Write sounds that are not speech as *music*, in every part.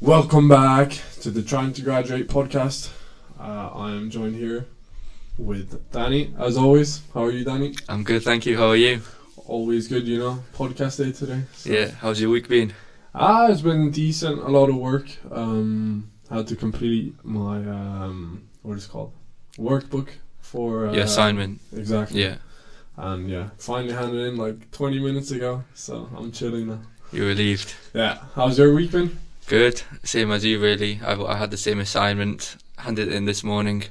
Welcome back to the Trying to Graduate podcast. Uh, I am joined here with Danny, as always. How are you, Danny? I'm good, thank you. How are you? Always good, you know. Podcast day today. so- Yeah, how's your week been? Ah, it's been decent. A lot of work. Um, had to complete my um, what is it called workbook for uh, Your assignment. Exactly. Yeah, And yeah, finally handed in like 20 minutes ago. So I'm chilling now. you relieved. Yeah. How's your week been? Good, same as you, really. I, I had the same assignment, handed it in this morning.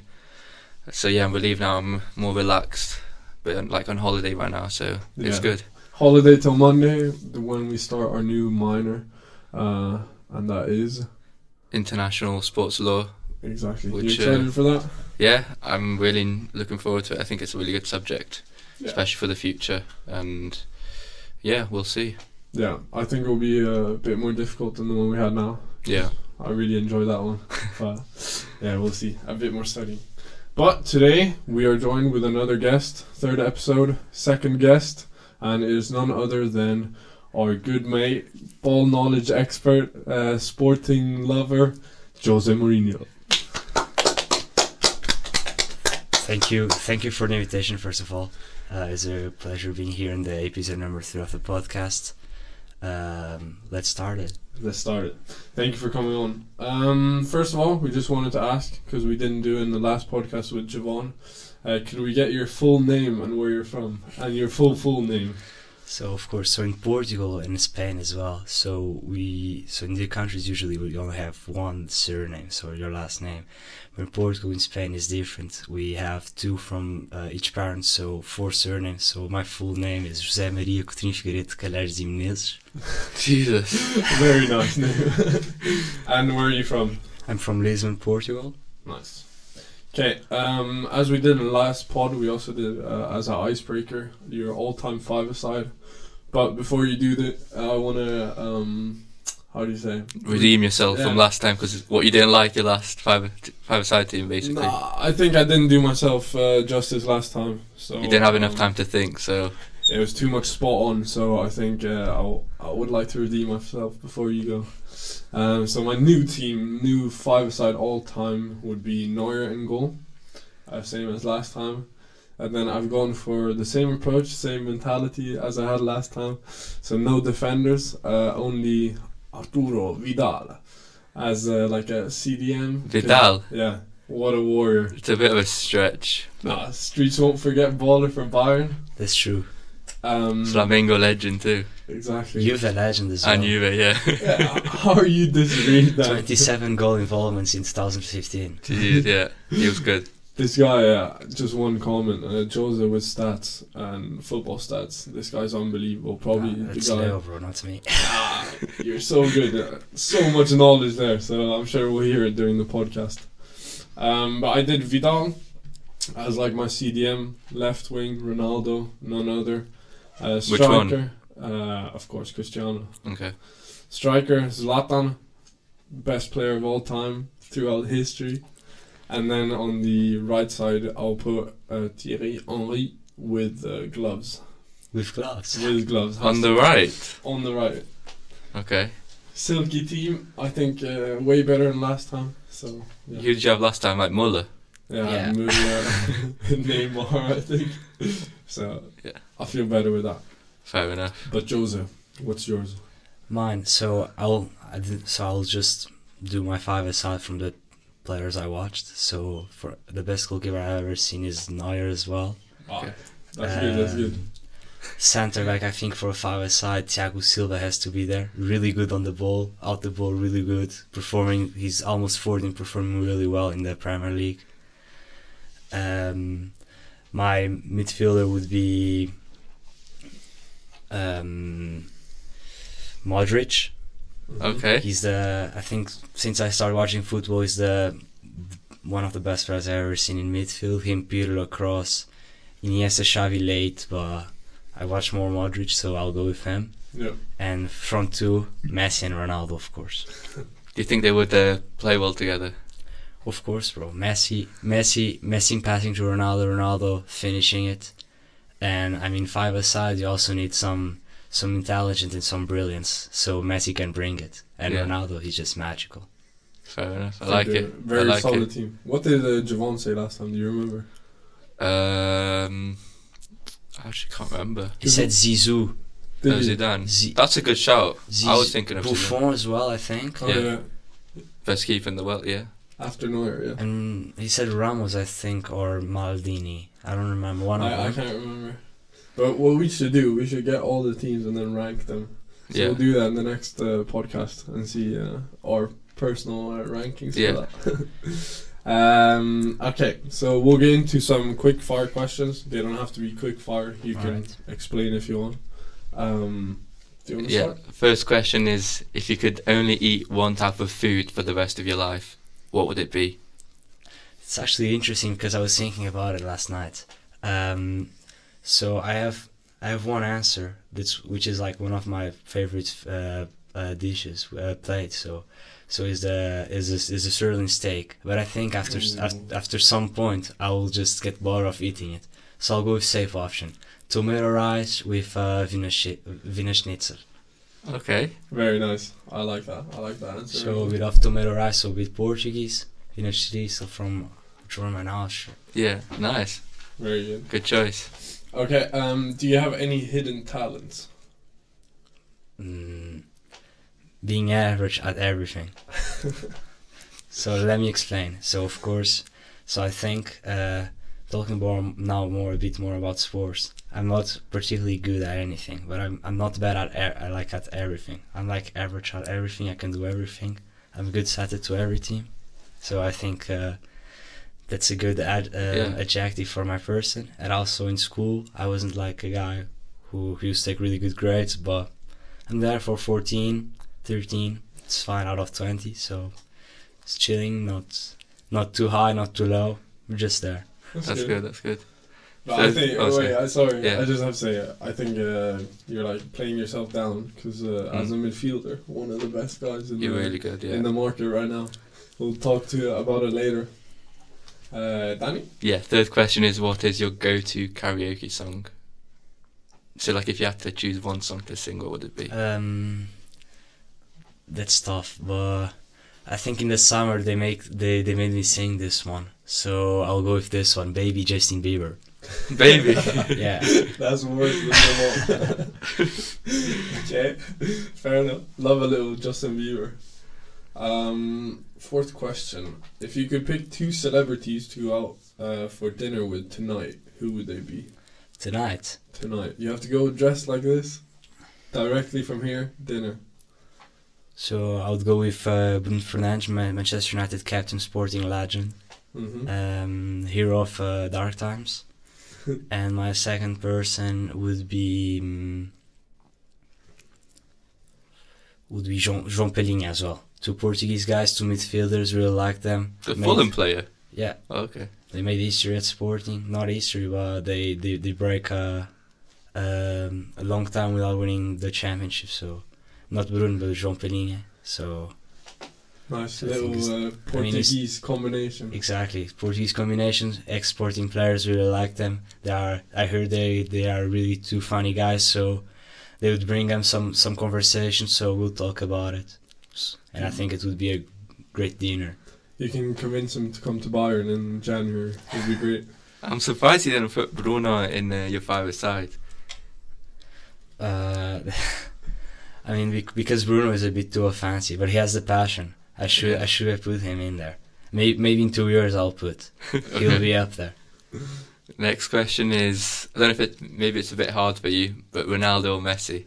So yeah, I'm relieved now. I'm more relaxed, but I'm, like on holiday right now, so it's Yeah. good. Holiday till Monday, the when we start our new minor, uh, and that is International sports law. exactly. you Which, uh, excited for that? Yeah, I'm really looking forward to it. I think it's a really good subject, Yeah. especially for the future. And yeah, we'll see. Yeah, I think it'll be a bit more difficult than the one we had now. Yeah, *laughs* I really enjoy that one. but yeah, we'll see. A bit more studying. But today we are joined with another guest, third episode, second guest, and it is none other than our good mate, ball knowledge expert, uh, sporting lover, Jose Mourinho. Thank you. Thank you for the invitation, first of all. Uh, it's a pleasure being here in the episode number three of the podcast. Um, let's start it. Let's start it. Thank you for coming on. Um, first of all, we just wanted to ask because we didn't do in the last podcast with Javon. Uh, could we get your full name and where you're from and your full full name? So, of course, so in Portugal and in Spain as well. So we, so in the countries usually we only have one surname, so your last name. But in Portugal and Spain is different. We have two from uh, each parent, so four surnames. So my full name is José Maria Coutinho Figueiredo Calheiros e Menezes. Jesus. Very nice name. *laughs* and where are you from? I'm from Lisbon, Portugal. Nice. Okay, um, as we did in the last pod, we also did uh, as an icebreaker your all-time five aside. But before you do that, I want to um, how do you say? redeem yourself from Yeah. last time because what you didn't like your last five five side team basically. Nah, I think I didn't do myself uh, justice last time. So You didn't have enough um, time to think, so It was too much spot on, so I think uh, I'll, I would like to redeem myself before you go. Um, so my new team, new five-a-side all-time would be Neuer in goal, uh, same as last time. And then I've gone for the same approach, same mentality as I had last time. So no defenders, uh, only Arturo Vidal as uh, like a CDM. Vidal? Yeah, what a warrior. it's a bit of a stretch. Nah, streets won't forget baller for Bayern. That's true. Um, Flamengo legend too, Exactly. You've a legend as well. and Juve, yeah. *laughs* Yeah, how are you disagreeing with that? 27 goal involvements in 2015. Jeez, yeah, he was good. This guy, uh, just one comment. Uh, Jose with stats and football stats. This guy's unbelievable. Ah, Probably Nah, the that's guy. Ah, Ah, Leo, bro, not me. *laughs* You're so good. Uh, so much knowledge there. So I'm sure we'll hear it during the podcast. Um, but I did Vidal as like my CDM left wing. Ronaldo, none other. Uh, Which one? striker, Uh, of course, Cristiano. Okay, striker Zlatan, best player of all time throughout history. And then on the right side, I'll put uh, Thierry Henry with uh, gloves. With gloves. With gloves. on the right. on the right. Okay, Silky team, I think uh, way better than last time. So yeah, who did you have last time? Like Muller. yeah, Yeah. Müller, *laughs* Neymar, I think. So Yeah. I feel better with that. Fair enough. But Jose, what's yours? Mine. So I'll I did, so I'll just do my five aside from the players I watched. So for the best goalkeeper I've ever seen is Neuer as well. Ah, that's good. That's good. Um, Center back, I think for a five aside, Thiago Silva has to be there. Really good on the ball, out the ball, really good. Performing, he's almost 14, performing really well in the Premier League. Um, my midfielder would be um, Modric. Okay, *laughs* He's the I think since I started watching football, he's the one of the best players I've ever seen in midfield. Him, Pirlo, Cross, Iniesta, Xavi late, but I watch more Modric, so I'll go with him. Yeah. and front two Messi and Ronaldo, of course. Do you think they would uh, play well together? Of course, bro. Messi, Messi, Messi passing to Ronaldo, Ronaldo finishing it, and I mean five aside, you also need some some intelligence and some brilliance. So Messi can bring it, and Yeah. Ronaldo, he's just magical. Fair enough. I think like they're it. a Very I like solid it. team. What did uh, Javon say last time? Do you remember? Um, I actually can't remember. He said Zizou, Did Oh, he? Zidane. Z- That's a good shout. I was Zizou- thinking of Zidane. Buffon as well, I think, Oh, Yeah. yeah. best keeper in the world. Yeah, After Neuer, yeah. and he said Ramos, I think, or Maldini. I don't remember one of I, I them. can't remember. But what we should do, we should get all the teams and then rank them. So yeah. we'll do that in the next uh, podcast and see uh, our personal uh, rankings Yeah. for that. *laughs* um, okay, so we'll get into some quick fire questions. They don't have to be quick fire. You can Alright. explain if you want. Um, do you want to yeah. start? First question is: If you could only eat one type of food for the rest of your life, what would it be? It's actually interesting because I was thinking about it last night. Um, so I have I have one answer that's which is like one of my favorite uh, uh, dishes uh, plates. So so is the is a, is a sirloin steak. But I think after s- af- Ooh. after some point I will just get bored of eating it. So I'll go with safe option: tomato rice with uh, Wiener, shi- Wiener Schnitzel. Okay. Very nice. I like that. I like that answer. So with of tomato rice, so with Portuguese Wiener Schnitzel from German Austria. Yeah. Nice. Very good. Good choice. Okay, um, do you have any hidden talents? mm, being average at everything. so let me explain. So of course, so I think uh, talking more now more a bit more about sports. I'm not particularly good at anything, but I'm I'm not bad at e- I like at everything. I'm like average at everything. I can do everything. I'm good at it to every team. So I think uh, that's a good ad, uh, Yeah. adjective for my person. And also in school, I wasn't like a guy who who used to take really good grades, but I'm there for 14, 13. It's fine out of 20, so it's chilling, not not too high, not too low. We're just there. That's good. That's good. But I So- think. oh, Oh, sorry. wait, I, sorry. Yeah. I just have to say, uh, I think uh, you're like playing yourself down because uh, as a midfielder, one of the best guys in, You're the, Mm. really good. in Yeah. the market right now. We'll talk to you about it later. Uh, Danny, Yeah. Third question is: What is your go-to karaoke song? So, like, if you had to choose one song to sing, what would it *laughs* be? Um, that's tough, but I think in the summer they make they, they made me sing this one, so I'll go with this one, baby Justin Bieber. *laughs* Baby. Yeah, that's worse than the ball. okay, fair enough. Love a little Justin Bieber. Um, fourth question: If you could pick two celebrities to go out uh, for dinner with tonight, who would they be? tonight. tonight. You have to go dressed like this, directly from here. Dinner. So I would go with uh, Bruno Fernandes, Ma- Manchester United captain, sporting legend. hmm um, hero of uh, Dark Times, and my second person would be mm, would be Jean Jean Pelling as well. Two Portuguese guys, two midfielders, really like them. The Made- Fulham player. Oh, yeah, Okay. they made history at Sporting. Not history, but they they they break uh, um, a long time without winning the championship. So not Bruno, but Jean Pelling. So Nice I think it's- little uh, Portuguese combination. Exactly, Portuguese combinations. Exporting players really like them. They are. I heard they they are really two funny guys. So they would bring them some some conversation. So we'll talk about it. And I think it would be a great dinner. You can convince him to come to Bayern in January. It'd be great. I'm surprised you didn't put Bruno in uh, your five side. Uh, *laughs* I mean, bec- because Bruno is a bit too offensive, but he has the passion. I should I should have put him in there. Maybe maybe in two years I'll put. He'll be up there. Next question is I don't know if it maybe it's a bit hard for you, but Ronaldo or Messi?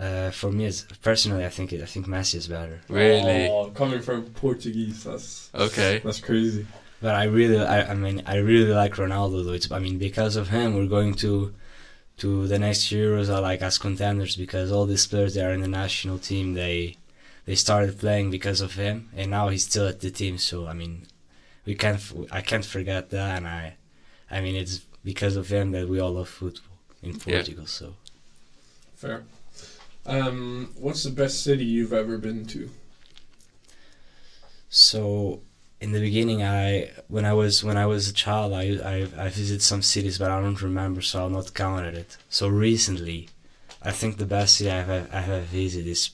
Uh, for me, it's, personally, I think it, I think Messi is better. Really? Oh, coming from Portuguese, that's Okay. that's crazy. But I really, I, I mean, I really like Ronaldo. Though it's, I mean, because of him, we're going to to the next Euros are like as contenders because all these players that are in the national team, they they started playing because of him, and now he's still at the team. So I mean, we can't, f- I can't forget that, and I, I mean, it's because of him that we all love football in Yeah. Portugal. So Fair. Um, what's the best city you've ever been to? So in the beginning, I when I was when I was a child, I I, I visited some cities, but I don't remember, so I'll not count at it. So recently, I think the best city I've I have visited is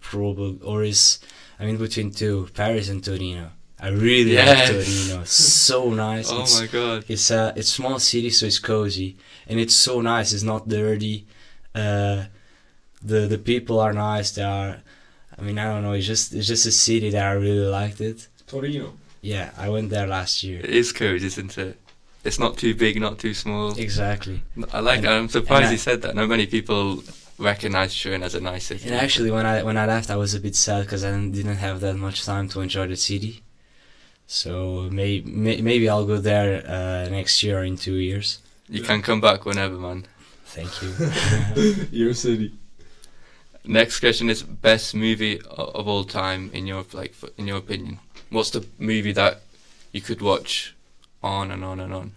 probably or is I mean between two Paris and Torino. I really Yes. like Torino. *laughs* So nice. Oh It's- my god. It's a it's small city, so it's cozy, and it's so nice. It's not dirty. Uh, the the people are nice. They are. I mean, I don't know. It's just it's just a city that I really liked it. Torino. Yeah, I went there last year. It is cozy, isn't it? It's not too big, not too small. Exactly. I like And- that. I'm surprised and he I- said that. Not many people recognise Turin as a nice city. And actually, when I when I left, I was a bit sad because I didn't- didn't have that much time to enjoy the city. So may, may, maybe I'll go there uh, next year or in two years. you can come back whenever, man. Thank you. *laughs* Your city. Next question is best movie o- of all time in your like f- in your opinion. What's the movie that you could watch on and on and on?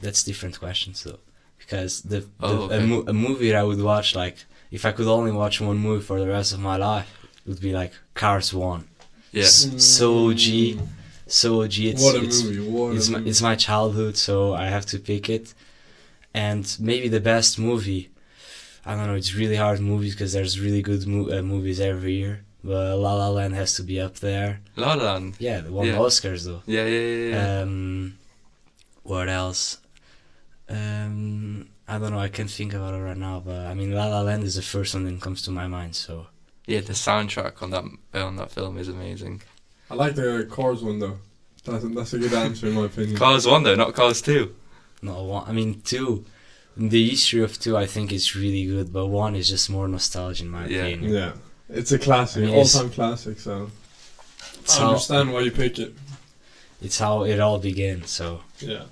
That's different questions though, because the, the Oh, okay. a, mo- a movie I would watch like if I could only watch one movie for the rest of my life it would be like Cars One. Yeah. S- So G. Mm. So gee, it's what a it's, movie. What it's a my, movie. it's my childhood, so I have to pick it. And maybe the best movie, I don't know. It's really hard movies because there's really good mo- uh, movies every year, but La La Land has to be up there. La La Land. Yeah, the one Yeah. Oscars though. Yeah, yeah, yeah. yeah. Um, what else? Um, I don't know. I can't think about it right now. But I mean, La La Land is the first one that comes to my mind. So yeah, the soundtrack on that on that film is amazing. I like the Cars one though. That's, that's a good answer in my opinion. Cars one though, not Cars two. no one. I mean, two. The history of two, I think, is really good. But one is just more nostalgia, in my Yeah. opinion. yeah, it's a classic, I mean, it's- all-time classic. So It's I how understand why you pick it. it's how it all began. So Yeah.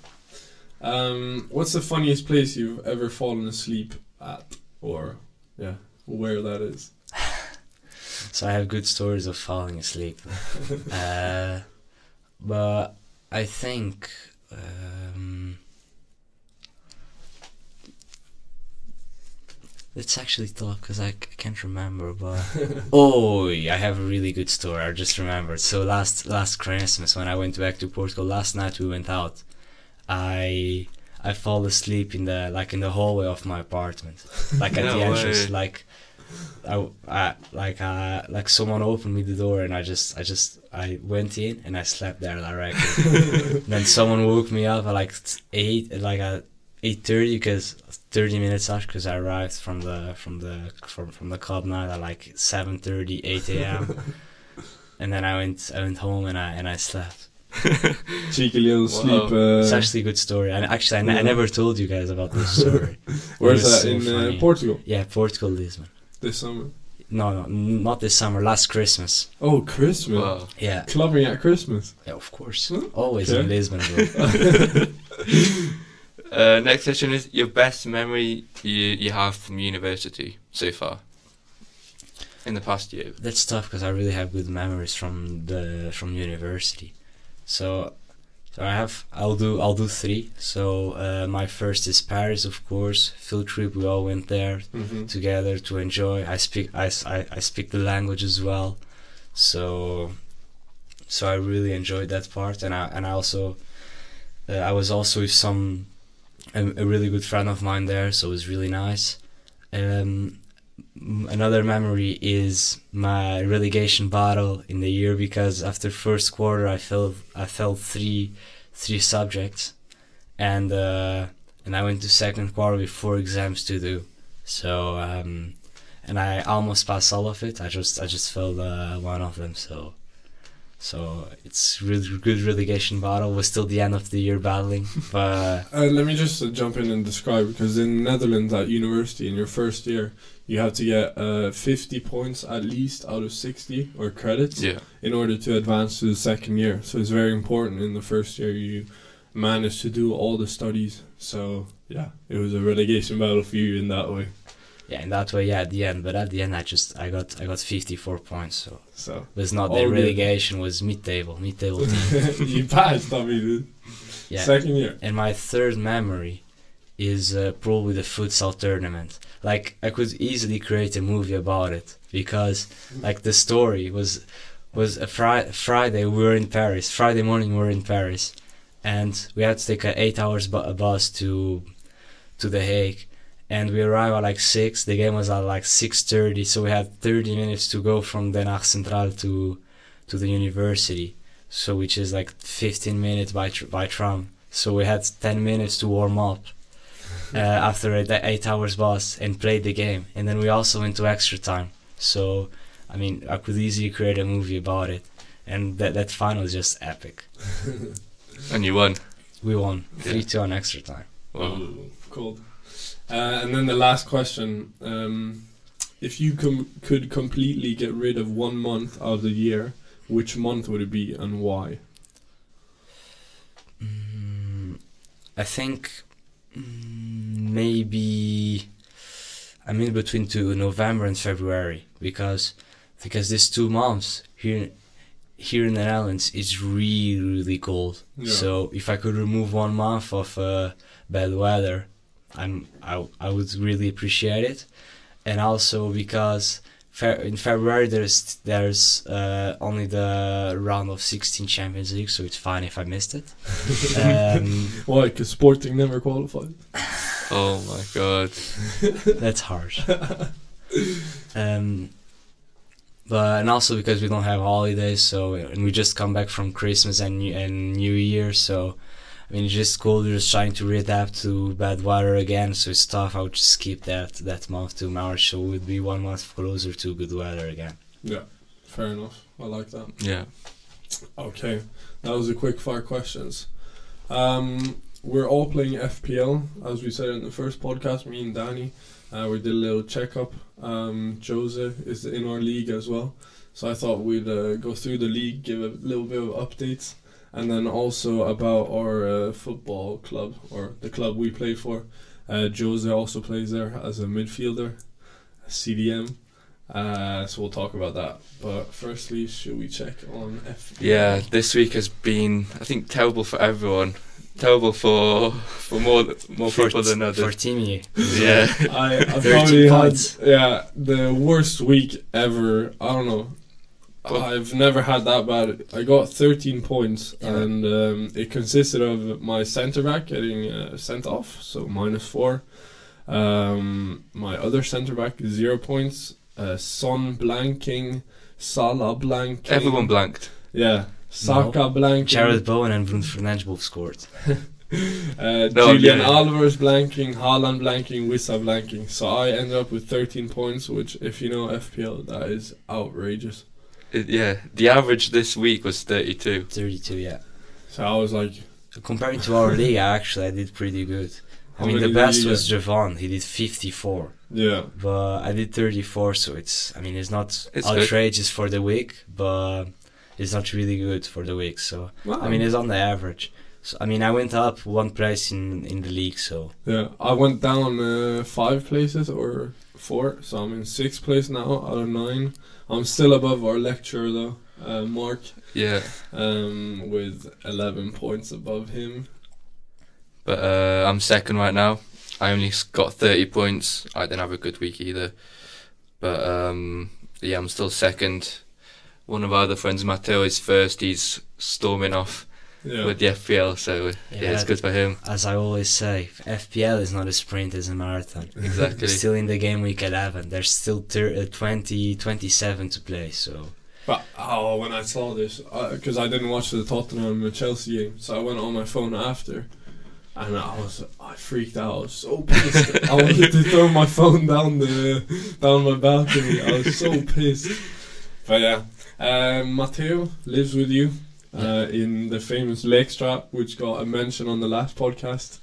Um, what's the funniest place you've ever fallen asleep at, or yeah, where that is? so I have good stories of falling asleep. *laughs* *laughs* uh, but I think. Um, Let's actually talk because I, c- I can't remember. But oh, yeah, I have a really good story. I just remembered. So last last Christmas when I went back to Portugal, last night we went out. I I fall asleep in the like in the hallway of my apartment, like *laughs* at No the entrance, way. like. I, I like uh like someone opened me the door and I just I just I went in and I slept there directly. then someone woke me up at like t- eight at like at eight thirty because thirty minutes after because I arrived from the from the from from the club night at like 7:30, 8 a.m. *laughs* and then I went I went home and I and I slept. Cheeky little Wow. sleep. Uh, it's actually a good story. And actually I ne- I yeah. never told you guys *laughs* about this story. where's It was that so in uh, funny. Portugal yeah, Portugal, Lisbon. this summer? No, no, n- not this summer. Last Christmas. Oh, Christmas! Wow. Yeah. Clubbing at Christmas. Yeah, of course. Hmm? Always Okay. in Lisbon, *laughs* bro. *laughs* Uh, next question is your best memory you you have from university so far in the past year. That's tough because I really have good memories from the from university. So, so I have I'll do I'll do three. So uh, my first is Paris, of course. Field trip. We all went there Mm-hmm. together to enjoy. I speak I, s- I- I speak the language as well, so so I really enjoyed that part, and I and I also uh, I was also with some a, a really good friend of mine there, so it was really nice. Um, m- another memory is my relegation battle in the year because after first quarter I failed I failed three three subjects, and uh, and I went to second quarter with four exams to do. So um, and I almost passed all of it. I just I just failed uh, one of them. So so it's really good relegation battle. We're still the end of the year battling, *laughs* but Uh, let me just uh, jump in and describe because in Netherlands at university in your first year you have to get uh, 50 points at least out of 60 or credits Yeah. in order to advance to the second year. So it's very important in the first year you manage to do all the studies. So yeah, it was a relegation battle for you in that way. yeah, in that way, yeah, at the end. But at the end, I just I got I got fifty four points. So it So *laughs* was not All the good. relegation was mid table, mid table *laughs* team. you passed, I mean, Yeah. second year. And my third memory is uh, probably the futsal tournament. Like I could easily create a movie about it because like the story was was a fri- Friday we were in Paris. Friday morning we were in Paris, and we had to take a eight hours bu- a bus to to the Hague, and we arrived at like six. The game was at like six thirty, so we had thirty minutes to go from Den Haag Central to to the university. So which is like fifteen minutes by tr- by tram. So we had ten minutes to warm up uh, after a- the eight hours bus and played the game, and then we also went to extra time. So I mean, I could easily create a movie about it, and that that final is just epic. *laughs* and you won. We won Yeah. three two on extra time. Oh. Well, Oh. Cool. Uh, and then the last question: um, If you com- could completely get rid of one month of the year, which month would it be and why? Mm, I think mm, maybe I'm in between to November and February because because these two months here here in the Netherlands it's really really cold. Yeah. So if I could remove one month of uh, bad weather, I'm I I would really appreciate it, and also because. Fe- In February, there's there's uh, only the round of 16 Champions League, so it's fine if I missed it. Um, Why? Because Sporting never qualified. oh my god. that's harsh. um, but and also because we don't have holidays, so and we just come back from Christmas and New- and New Year, so I mean, it's just cool. We're just trying to readapt to bad weather again, so it's tough. I would just skip that that month to March, so we'd be one month closer to good weather again. Yeah, fair enough. I like that. Yeah. Okay, that was the quick fire questions. Um, we're all playing FPL, as we said in the first podcast. Me and Danny, uh, we did a little checkup. Um, Jose is in our league as well, so I thought we'd uh, go through the league, give a little bit of updates, and then also about our uh, football club or the club we play for. Uh, Jose also plays there as a midfielder, CDM. Uh, so we'll talk about that. But firstly, should we check on FPL? Yeah, this week has been, I think, terrible for everyone. Terrible for for more more for, people than for others. Team year. *laughs* Yeah, I, I 13 probably had points. yeah the worst week ever. I don't know. Well- I've never had that bad. I got 13 points, Yeah. and um, it consisted of my centre back getting uh, sent off, so minus four. Um, my other centre back zero points. Uh, Son blanking, Salah blanking. everyone blanked. Yeah, Saka blanking. Jared Bowen and Bruno Fernandes both scored. Uh, No, I'm Julian kidding. Alvarez blanking, Haaland blanking, Wissa blanking. So I ended up with 13 points, which, if you know FPL, that is outrageous. It, yeah, the average this week was 32. 32, yeah. So I was like, Comparing to our *laughs* league, actually, I did pretty good. I How mean, many the did best you was Javon. He did 54, yeah, but I did 34, so it's, I mean, it's not It's good. outrageous for the week, but it's not really good for the week. So, wow. I mean, it's on the average. So, I mean, I went up one place in, in the league, so yeah, I went down uh, five places or four, so I'm in sixth place now out of nine. I'm still above our lecturer though, uh, Mark, Yeah, um, with 11 points above him. but uh, I'm second right now. I only s- got 30 points. I didn't have a good week either. But um, yeah, I'm still second. One of our other friends, Matteo, is first. He's storming off Yeah, with the FPL, so uh, yeah, it's Yeah. good for him. as I always say, FPL is not a sprint, it's a marathon. Exactly. *laughs* Still in the game week 11, there's still thir- uh, 20, 27 to play, so But oh, when I saw this, because I didn't watch the Tottenham and Chelsea game, so I went on my phone after, and I was I freaked out. I was so pissed. I wanted to throw my phone down the down my balcony. I was so pissed. But yeah, um, Matteo lives with you uh, in the famous leg strap, which got a mention on the last podcast.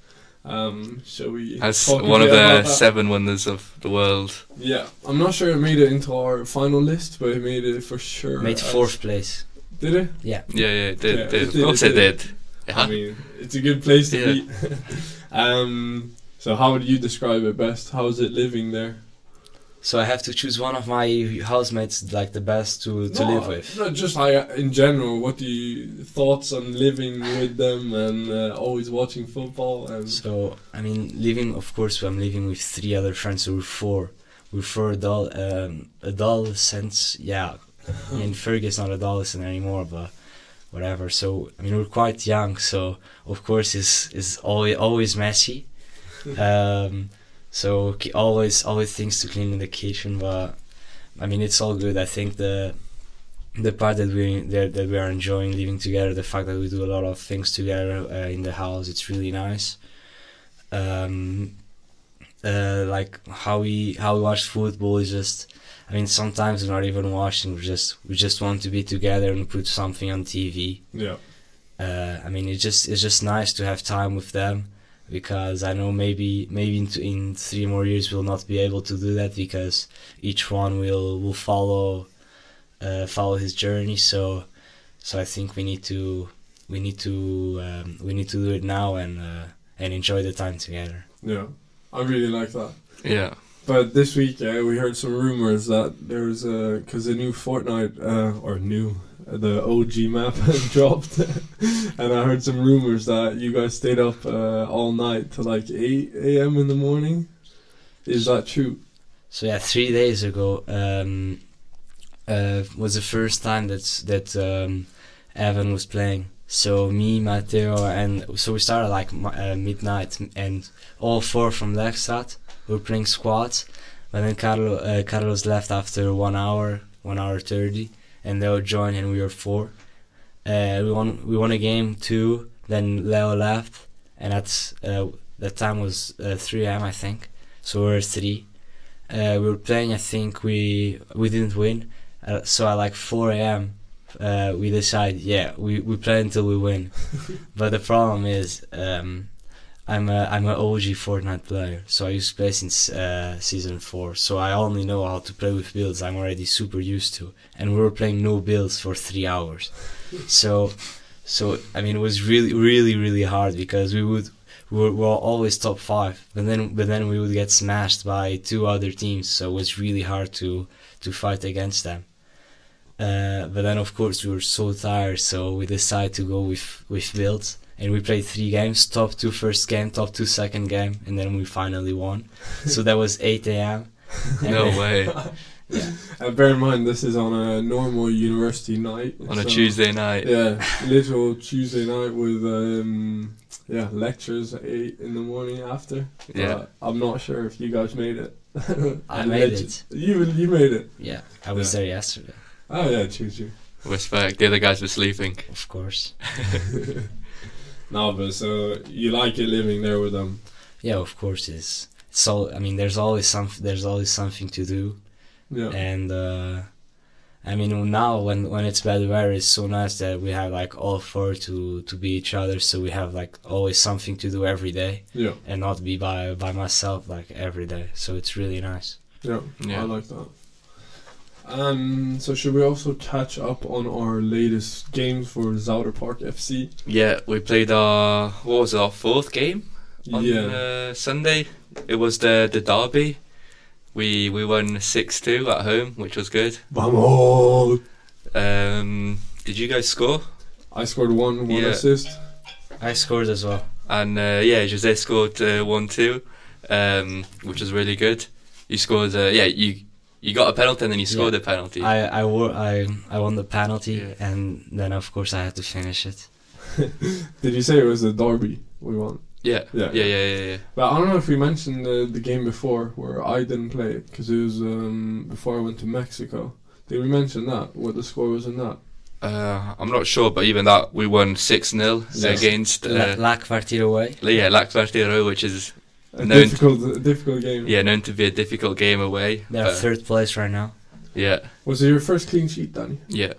Um, shall we? As talk a one of bit the about that? seven wonders of the world. Yeah, I'm not sure it made it into our final list, but it made it for sure. made as- fourth place. Did it? Yeah. Yeah, yeah, it did. Yeah, did. *laughs* it did, of course it it did. did. Yeah. I mean, it's a good place to Yeah. be. *laughs* um, so, how would you describe it best? How is it living there? So I have to choose one of my housemates, like the best to, to live with. No, just like uh, in general, what do you thoughts on living with them and uh, always watching football and So I mean, living of course, I'm living with three other friends, so we're four. We're four adult um, adolescents. Yeah, I mean, Fergie's not adolescent anymore, but whatever. So I mean, we're quite young, so of course, is is always always messy. Um, so ki- always always things to clean in the kitchen, but I mean, it's all good. I think the the part that we that, that we are enjoying living together, the fact that we do a lot of things together uh, in the house, it's really nice. Um, uh, like how we how we watch football is just. I mean, sometimes we're not even watching. We just we just want to be together and put something on TV. yeah, Uh, I mean, it's just it's just nice to have time with them because I know maybe maybe in, t- in three more years we'll not be able to do that because each one will will follow uh, follow his journey. So so I think we need to we need to um, we need to do it now and uh, and enjoy the time together. yeah. I really like that. Yeah. But this week uh, we heard some rumors that there's a because the new Fortnite uh, or new the OG map *laughs* has dropped, and I heard some rumors that you guys stayed up uh, all night to like eight a.m. in the morning. Is that true? So yeah, three days ago um, uh, was the first time that that um, Evan was playing. So me, Matteo, and so we started like mi- uh, midnight, and all four from Lexat were playing squads. But then Carlo, uh, Carlos left after one hour, one hour thirty, and Leo joined, and we were four. Uh, we won, we won a game two. Then Leo left, and that's uh, that time was uh, three a.m. I think. So we were three uh, we were playing. I think we we didn't win. Uh, so at like 4 a.m. Uh, we decide, yeah, we, we play until we win. but the problem is, um, I'm a I'm an OG Fortnite player, so I used to play since uh, season four. So I only know how to play with builds. I'm already super used to, and we were playing no builds for three hours. so, so I mean, it was really really really hard because we would we were, we were always top five, but then but then we would get smashed by two other teams, so it was really hard to to fight against them. Uh, but then of course we were so tired, so we decided to go with with builds, and we played three games: top two first game, top two second game, and then we finally won. so that was 8 a.m. *laughs* And *laughs* No then- way. And bear in mind this is on a normal university night On a so- Tuesday night. Yeah, literal Tuesday night with um, yeah lectures at eight in the morning after. Yeah. But I'm not sure if you guys made it. *laughs* I made it. You you made it. Yeah, I was Yeah. there yesterday, Oh yeah, choose *laughs* you. Respect. The other guys were sleeping. of course. No, but so you like it living there with them. Yeah, of course it's. So I mean, there's always some. There's always something to do. Yeah. and uh, I mean now when when it's bad weather, it's so nice that we have like all four to to be each other, so we have like always something to do every day Yeah. and not be by by myself like every day. So it's really nice. Yeah. I Yeah. like that. Um, so should we also catch up on our latest games for Zouder Park FC? Yeah, we played our what was it, our fourth game on yeah. uh, Sunday. It was the the derby. We we won six two at home, which was good. Vamos! Um, did you guys score? I scored one, one Yeah. assist. I scored as well. And uh, yeah, Jose scored uh, one two, um, which was really good. You scored. Uh, yeah, you you got a penalty and then you scored a penalty. I I wore I I won the penalty Yeah. and then of course I had to finish it. Did you say it was a derby we won? yeah. Yeah. Yeah. yeah, yeah, yeah, But I don't know if we mentioned the, the game before where I didn't play it because it was um, before I went to Mexico. Did we mention that? What the score was in that? Uh, I'm not sure, but even that we won six 0 Yeah. against La, uh, La Quartier away. yeah La Quartiero, which is A No, in- difficult, difficult game. yeah known to be a difficult game away. They are Uh. but- third place right now. yeah. Was it your first clean sheet, Danny? Yeah,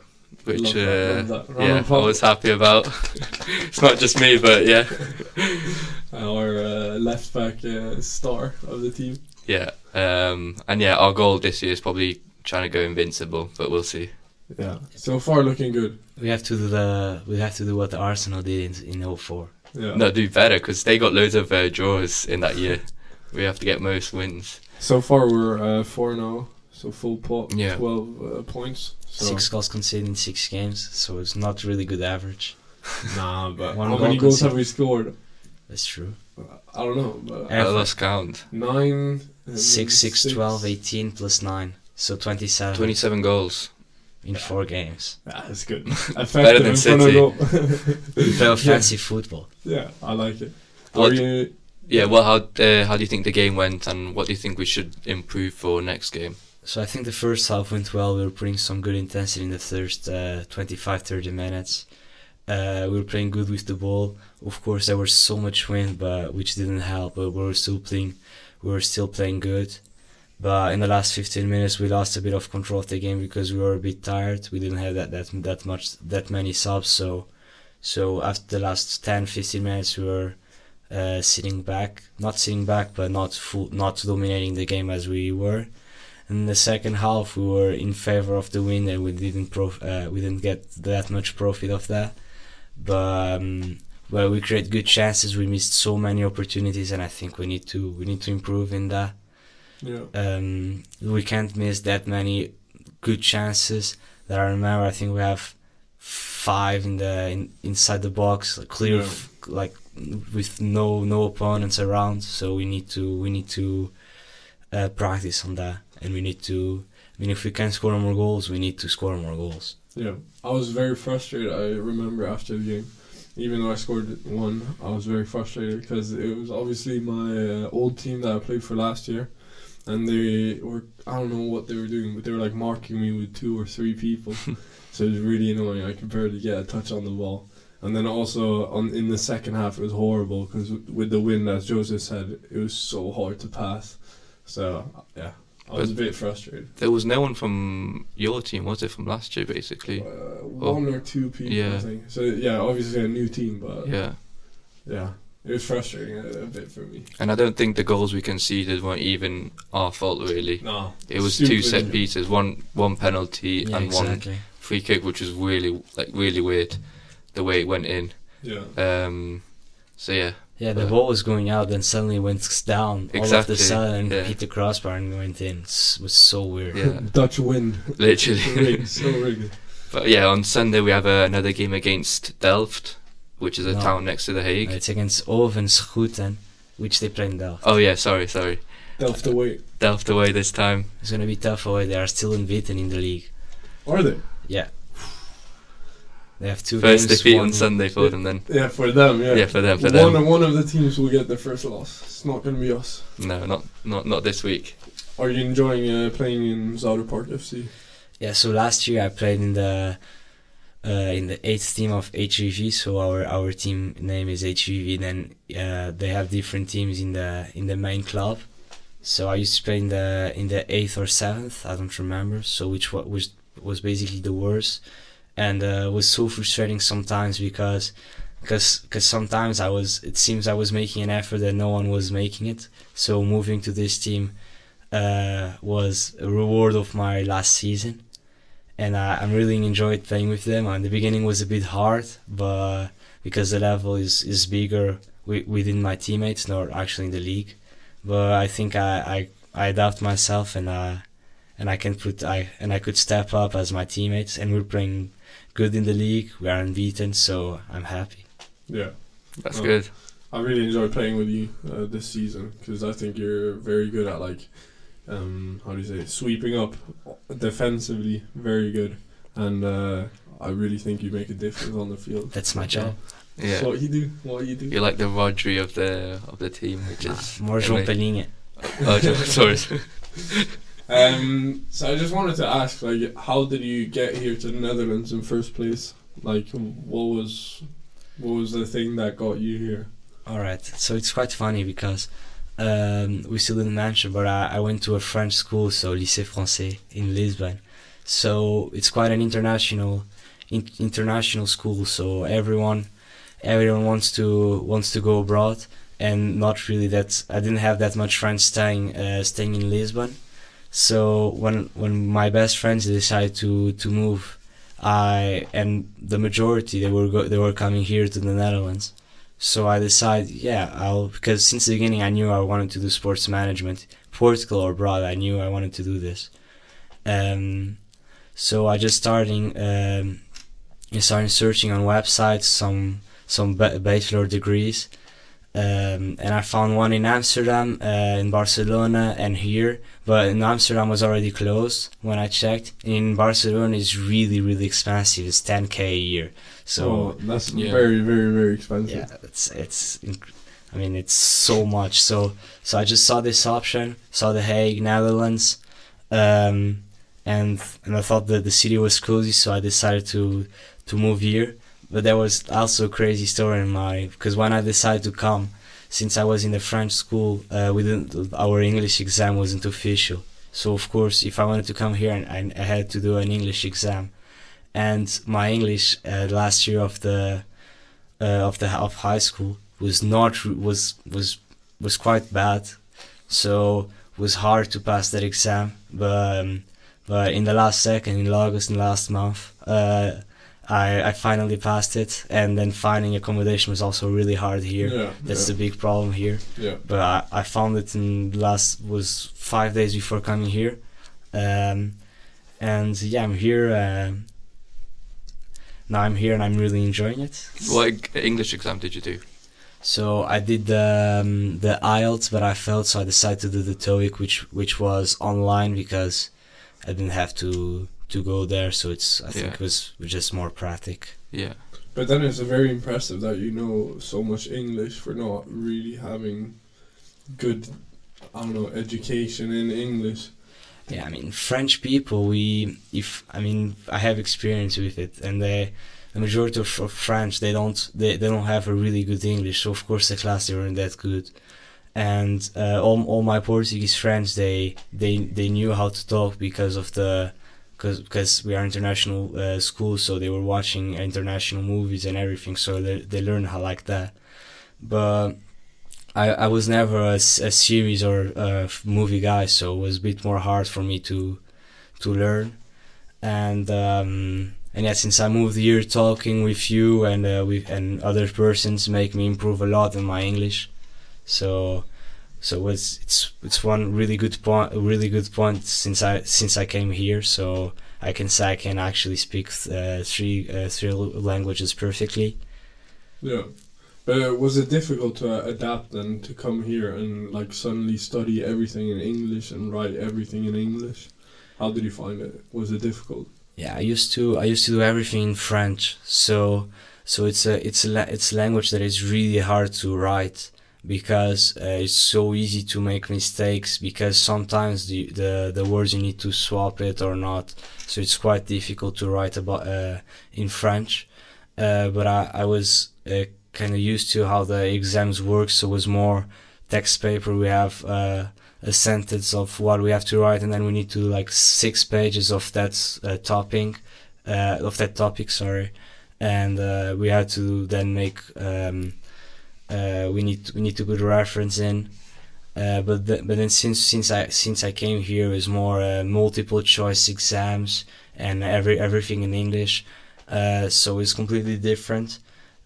Love which that, love uh, that. Round of yeah, I applause. was happy about. *laughs* it's not just me, but yeah, Our uh, left back uh, star of the team. yeah, um, and yeah, our goal this year is probably trying to go invincible, but we'll see. Yeah. So far, looking good. We have to do the we have to do what the Arsenal did in oh in 04. Yeah. No, do better because they got loads of uh, draws in that year. We have to get most wins. So far, we're uh, 4 0, so full pot, Yeah. 12 uh, points. So. Six goals conceded in six games, so it's not really good average. Nah, but One how goal many goals conceded. have we scored? That's true. I don't know. But Yeah. Uh, let's count. Nine. and Six, six, Eh. six. twelve, eighteen plus 9, so 27 Twenty-seven goals. in 4 *laughs* games. Ah, that's *laughs* good. Better Effective than in front of City. goal. *laughs* Very fancy football. yeah, I like it. What- Are you, Yeah. Well, how uh, how do you think the game went, and what do you think we should improve for next game? So I think the first half went well. We were putting some good intensity in the first uh, 25, 30 minutes. Uh, we were playing good with the ball. Of course, there was so much wind, but which didn't help. But we were still playing, we were still playing good. But in the last 15 minutes, we lost a bit of control of the game because we were a bit tired. We didn't have that that that much that many subs. So, so after the last 10, 15 minutes, we were uh, sitting back, not sitting back, but not full, not dominating the game as we were. In the second half, we were in favor of the win, and we didn't prof- uh, we didn't get that much profit of that. But um, well, we create good chances. We missed so many opportunities, and I think we need to we need to improve in that yeah. um, we can't miss that many good chances that I remember. I think we have five in the in, inside the box, like, clear, Yeah. f- like with no no opponents around. So we need to we need to uh, practice on that, and we need to. I mean, if we can score more goals, we need to score more goals. Yeah, I was very frustrated. I remember after the game, even though I scored one, I was very frustrated because it was obviously my uh, old team that I played for last year, and they were I don't know what they were doing, but they were like marking me with two or three people, so it was really annoying. I could barely get a touch on the ball. And then also on in the second half, it was horrible because with the wind, as Joseph said, it was so hard to pass. So yeah, I was a bit frustrated. There was no one from your team, was it, from last year, basically? Oh, Uh, one or two people, I Yeah. think. So yeah, obviously a new team, but yeah, Yeah. it was frustrating a, a bit for me. And I don't think the goals we conceded weren't even our fault, really. No, It was Stupid. two set pieces, one one penalty and one free kick, which was really like really weird, the way it went in. yeah, Um, so yeah, Yeah, the Uh, ball was going out, then suddenly went down all of the Exactly, sudden and yeah. hit the crossbar and went in. It was so weird. yeah, *laughs* Dutch win, literally. *laughs* rigged, so rigged. but yeah, on Sunday we have uh, another game against Delft, which is a No. town next to the Hague. Uh, It's against Oven Schouten, which they play in Delft. Oh yeah, sorry, sorry, Delft away, Delft away this time. It's gonna be tough away. They are still unbeaten in the league. are they? Yeah. They have two First games. defeat one- on Sunday for them, then Yeah, for them. Yeah, yeah, for them, for one them. one of the teams will get their first loss. It's not gonna be us. No, not not not this week. Are you enjoying uh, playing in Zouder Park FC? Yeah. So last year I played in the uh, in the eighth team of HVV. So our our team name is HVV. Then uh, they have different teams in the in the main club. So I used to play in the in the eighth or seventh. I don't remember. So which wa- which was basically the worst, and uh, was so frustrating sometimes because. Cause, 'cause sometimes I was, it seems I was making an effort and no one was making it. So moving to this team uh, was a reward of my last season, and I, I'm really enjoyed playing with them. And the beginning was a bit hard, but because the level is is bigger wi- within my teammates, nor actually in the league. But I think I I, I adapt myself and I and I can put I and I could step up as my teammates, and we're playing good in the league. We are unbeaten, so I'm happy. Yeah, That's Oh. good. I really enjoy playing with you uh, this season because I think you're very good at like, um, how do you say, it? sweeping up defensively. Very good, and uh, I really think you make a difference on the field. That's my job. Yeah. What you do? What you do? You're like the Rodri of the of the team, which is More João anyway. Pelinha. Oh, *laughs* *laughs* sorry. Um, so I just wanted to ask, like, how did you get here to the Netherlands in first place? Like, what was, what was the thing that got you here? All right. So it's quite funny because um, we still didn't mention, but I, I went to a French school, so Lycée Français in Lisbon. So it's quite an international in, international school. So everyone everyone wants to wants to go abroad, and not really that I didn't have that much friends staying uh, staying in Lisbon. So when when my best friends decided to to move, I and the majority they were go, they were coming here to the Netherlands. So I decided, yeah, I'll because since the beginning I knew I wanted to do sports management, Portugal or abroad. I knew I wanted to do this. Um, so I just starting um, I started searching on websites some some ba- bachelor degrees, um, and I found one in Amsterdam, uh, in Barcelona, and here. But in Amsterdam was already closed when I checked. In Barcelona, it's really really expensive. It's 10k a year. So. So Oh, that's Yeah. very, very, very expensive. Yeah, it's it's. inc- I mean, it's so much. So so I just saw this option, saw the Hague, Netherlands, um, and and I thought that the city was cozy, so I decided to to move here. But there was also a crazy story in my because when I decided to come, since I was in the French school, uh, we didn't, our English exam wasn't official. So of course, if I wanted to come here, and I, I had to do an English exam, and my English uh, last year of the uh, of the of high school was not re- was was was quite bad, so it was hard to pass that exam. But um, but in the last second, in August, in last month, uh, I I finally passed it, and then finding accommodation was also really hard here. Yeah, That's yeah, the big problem here. yeah. But I, I found it in the last was five days before coming here, um, and yeah, I'm here. Um, now I'm here and I'm really enjoying it. What eg- English exam did you do? So I did the um, the IELTS, but I failed, so I decided to do the TOEIC, which which was online because I didn't have to to go there. So it's I think Yeah. it was just more practic. Yeah. But then it's very impressive that you know so much English for not really having good, I don't know, education in English. Yeah, I mean French people. We if I mean I have experience with it, and they the majority of, of French they don't they, they don't have a really good English. So of course the class they weren't that good, and uh, all all my Portuguese friends they they they knew how to talk because of the because because we are international uh, school, so they were watching international movies and everything. So they they learn how like that, but. I, I was never a, s- a series or a f- movie guy, so it was a bit more hard for me to to learn. And um, and yeah, since I moved here, talking with you and uh, with and other persons make me improve a lot in my English. So so it's it's it's one really good point, a really good point since I since I came here. So I can say I can actually speak uh, three uh, three languages perfectly. Yeah. But uh, was it difficult to uh, adapt and to come here and like suddenly study everything in English and write everything in English? How did you find it? Was it difficult? Yeah, I used to I used to do everything in French. So so it's a it's a la- it's a language that is really hard to write because uh, it's so easy to make mistakes because sometimes the, the the words you need to swap it or not. So it's quite difficult to write about uh, in French. Uh, but I I was uh, kind of used to how the exams work. So it was more text paper. We have. Uh, a sentence of what we have to write, and then we need to do like six pages of that uh, topic, uh, of that topic, sorry, and uh, we had to then make um, uh, we need we need to put a reference in, uh, but th- but then since since I since I came here is more uh, multiple choice exams and every everything in English, uh, so it's completely different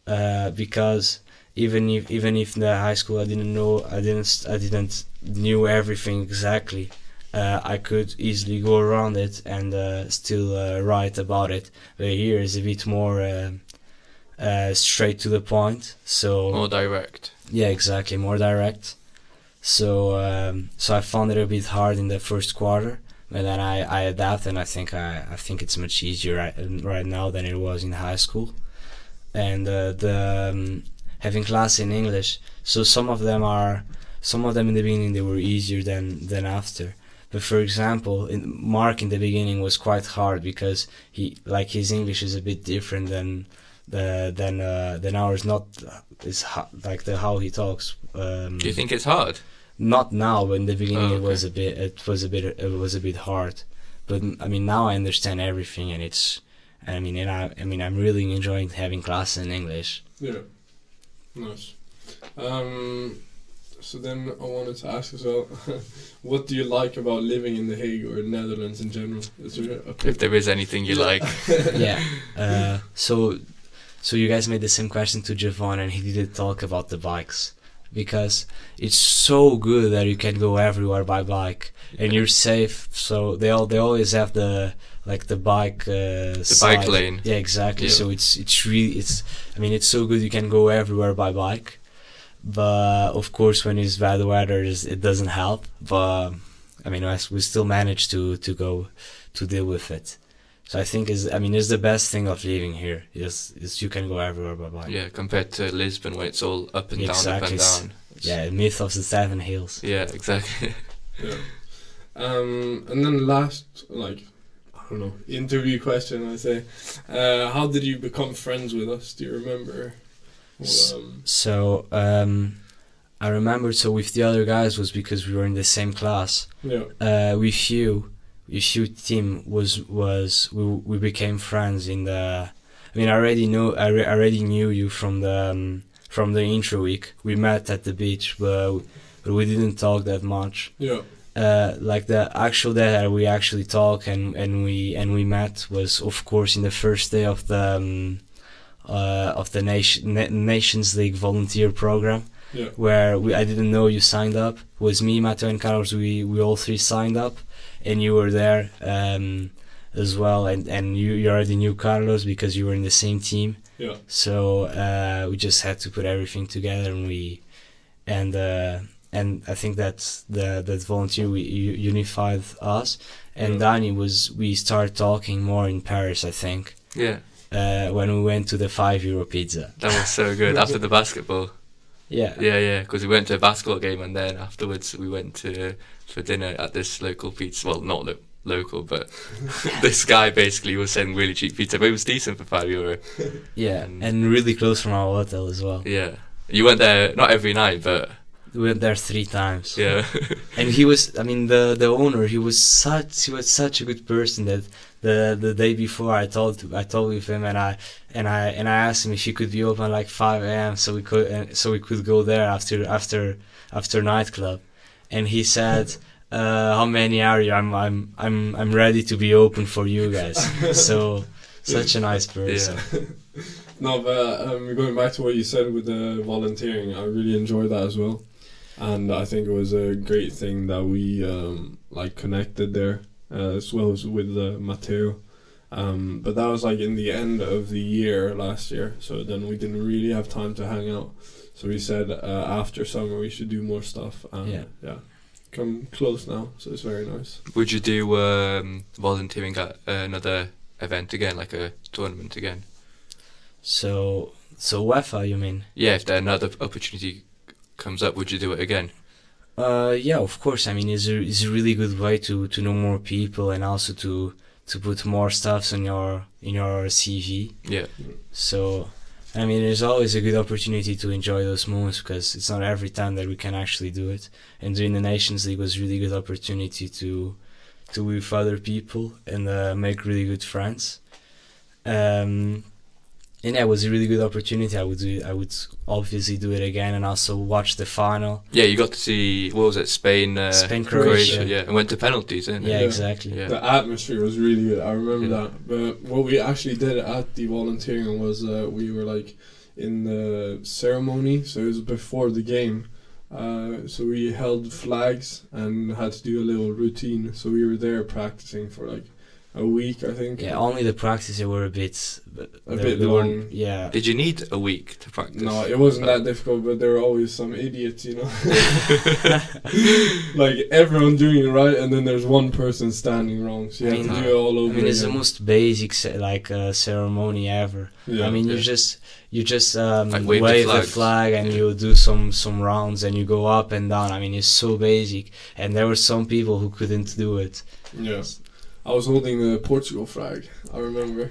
uh, because even if even if in the high school I didn't know I didn't st- I didn't knew everything exactly, uh, I could easily go around it and uh, still uh, write about it. But here is a bit more uh, uh, straight to the point. So More direct. yeah, exactly, more direct. So um, so I found it a bit hard in the first quarter, but then I, I adapt and I think I, I think it's much easier right, right now than it was in high school. And uh, the um, having class in English, so some of them are some of them in the beginning they were easier than than after. But for example, in, Mark in the beginning was quite hard because he like his English is a bit different than the than uh, than ours. Not is ho- like the how he talks. Um, Do you think it's hard? not now, but in the beginning Oh, it was a bit. It was a bit. It was a bit hard. But I mean, now I understand everything, and it's. And I mean, and I. I mean, I'm really enjoying having class in English. Yeah. Nice. Um, so then I wanted to ask as well, *laughs* what do you like about living in The Hague or Netherlands in general? Is there a *laughs* If there is anything you like. yeah. Uh, so, So you guys made the same question to Javon, and he did talk about the bikes because it's so good that you can go everywhere by bike and you're safe. So they all they always have the like the bike uh, The bike lane. Yeah, exactly. Yeah. So it's it's really it's I mean it's so good you can go everywhere by bike, but of course when it's bad weather it's- it doesn't help. But I mean us- we still manage to to go to deal with it. So I think is I mean it's the best thing of living here is is you can go everywhere by bike. Yeah, compared to Lisbon where it's all up and Exactly. down, up and down. Yeah, myth of the seven hills. Yeah, exactly. Yeah. Um, and then last, like, I don't know, interview question. I say, uh, how did you become friends with us? Do you remember? S- um, So um, I remember. So with the other guys was because we were in the same class. yeah, Uh, with you, with you team was was we we became friends in the. I mean, I already know. I re- I already knew you from the um, from the intro week. We met at the beach, but but we didn't talk that much. yeah, Uh, like the actual day that we actually talk and, and we and we met was of course in the first day of the um, uh, of the nation Na- nations league volunteer program yeah, where we, I didn't know you signed up It was me Matteo and Carlos we we all three signed up and you were there um, as well and and you, you already knew Carlos because you were in the same team yeah. so uh, we just had to put everything together, and we and uh, and I think that's the that volunteer we u- unified us. And Yeah. Danny was we started talking more in Paris, I think, yeah, uh, when we went to the five euro pizza. that was so good. After the basketball. Yeah, Yeah, yeah, because we went to a basketball game and then afterwards we went to for dinner at this local pizza. Well, not lo- local, but *laughs* this guy basically was selling really cheap pizza, but it was decent for five euro. yeah, And- and really close from our hotel as well. Yeah, you went there not every night, but We went there three times. yeah, *laughs* and he was i mean the the owner he was such he was such a good person that the the day before i told i told with him and i and i and i asked him if he could be open like 5 a.m so we could uh, so we could go there after after after nightclub and he said uh how many are you i'm i'm i'm i'm ready to be open for you guys so such a nice person yeah, No, but um, going back to what you said with the volunteering, I really enjoyed that as well, and I think it was a great thing that we um, like connected there uh, as well as with uh, Matteo. Um, but that was like in the end of the year last year, so then we didn't really have time to hang out. So we said uh, after summer we should do more stuff. And, Yeah. yeah. Come close now, so it's very nice. Would you do um, volunteering at another event again, like a tournament again? so so wafa you mean Yeah, if there another opportunity comes up, would you do it again? Uh, yeah, of course. I mean, it's a, it's a really good way to, to know more people and also to to put more stuffs in your in your CV. Yeah, So, I mean, it's always a good opportunity to enjoy those moments because it's not every time that we can actually do it. And doing the Nations League was really good opportunity to to be with other people and uh, make really good friends. Um, and yeah, it was a really good opportunity. I would do, I would obviously do it again and also watch the final. yeah. You got to see what was it, Spain, uh, Spain, Croatia. yeah, and uh, went to penalties, didn't it? Yeah, Yeah. exactly. Yeah. The atmosphere was really good. I remember Yeah. that. But what we actually did at the volunteering was uh, we were like in the ceremony, so it was before the game. Uh, so we held flags and had to do a little routine. So we were there practicing for like a week, I think. Yeah, only the practices were a bit. A they- bit they were- long. Yeah. Did you need a week to practice? No, it wasn't that difficult, but there were always some idiots, you *laughs* know. like everyone doing it right, and then there's one person standing wrong, so you I have mean, to do it all I over mean, it's the again. most basic ce- like uh, ceremony ever. yeah. I mean, you yeah. just you just um, Like wave, wave the the flags. flag and Yeah. you do some some rounds and you go up and down. I mean, it's so basic. And there were some people who couldn't do it. Yeah. I was holding the Portugal flag, I remember.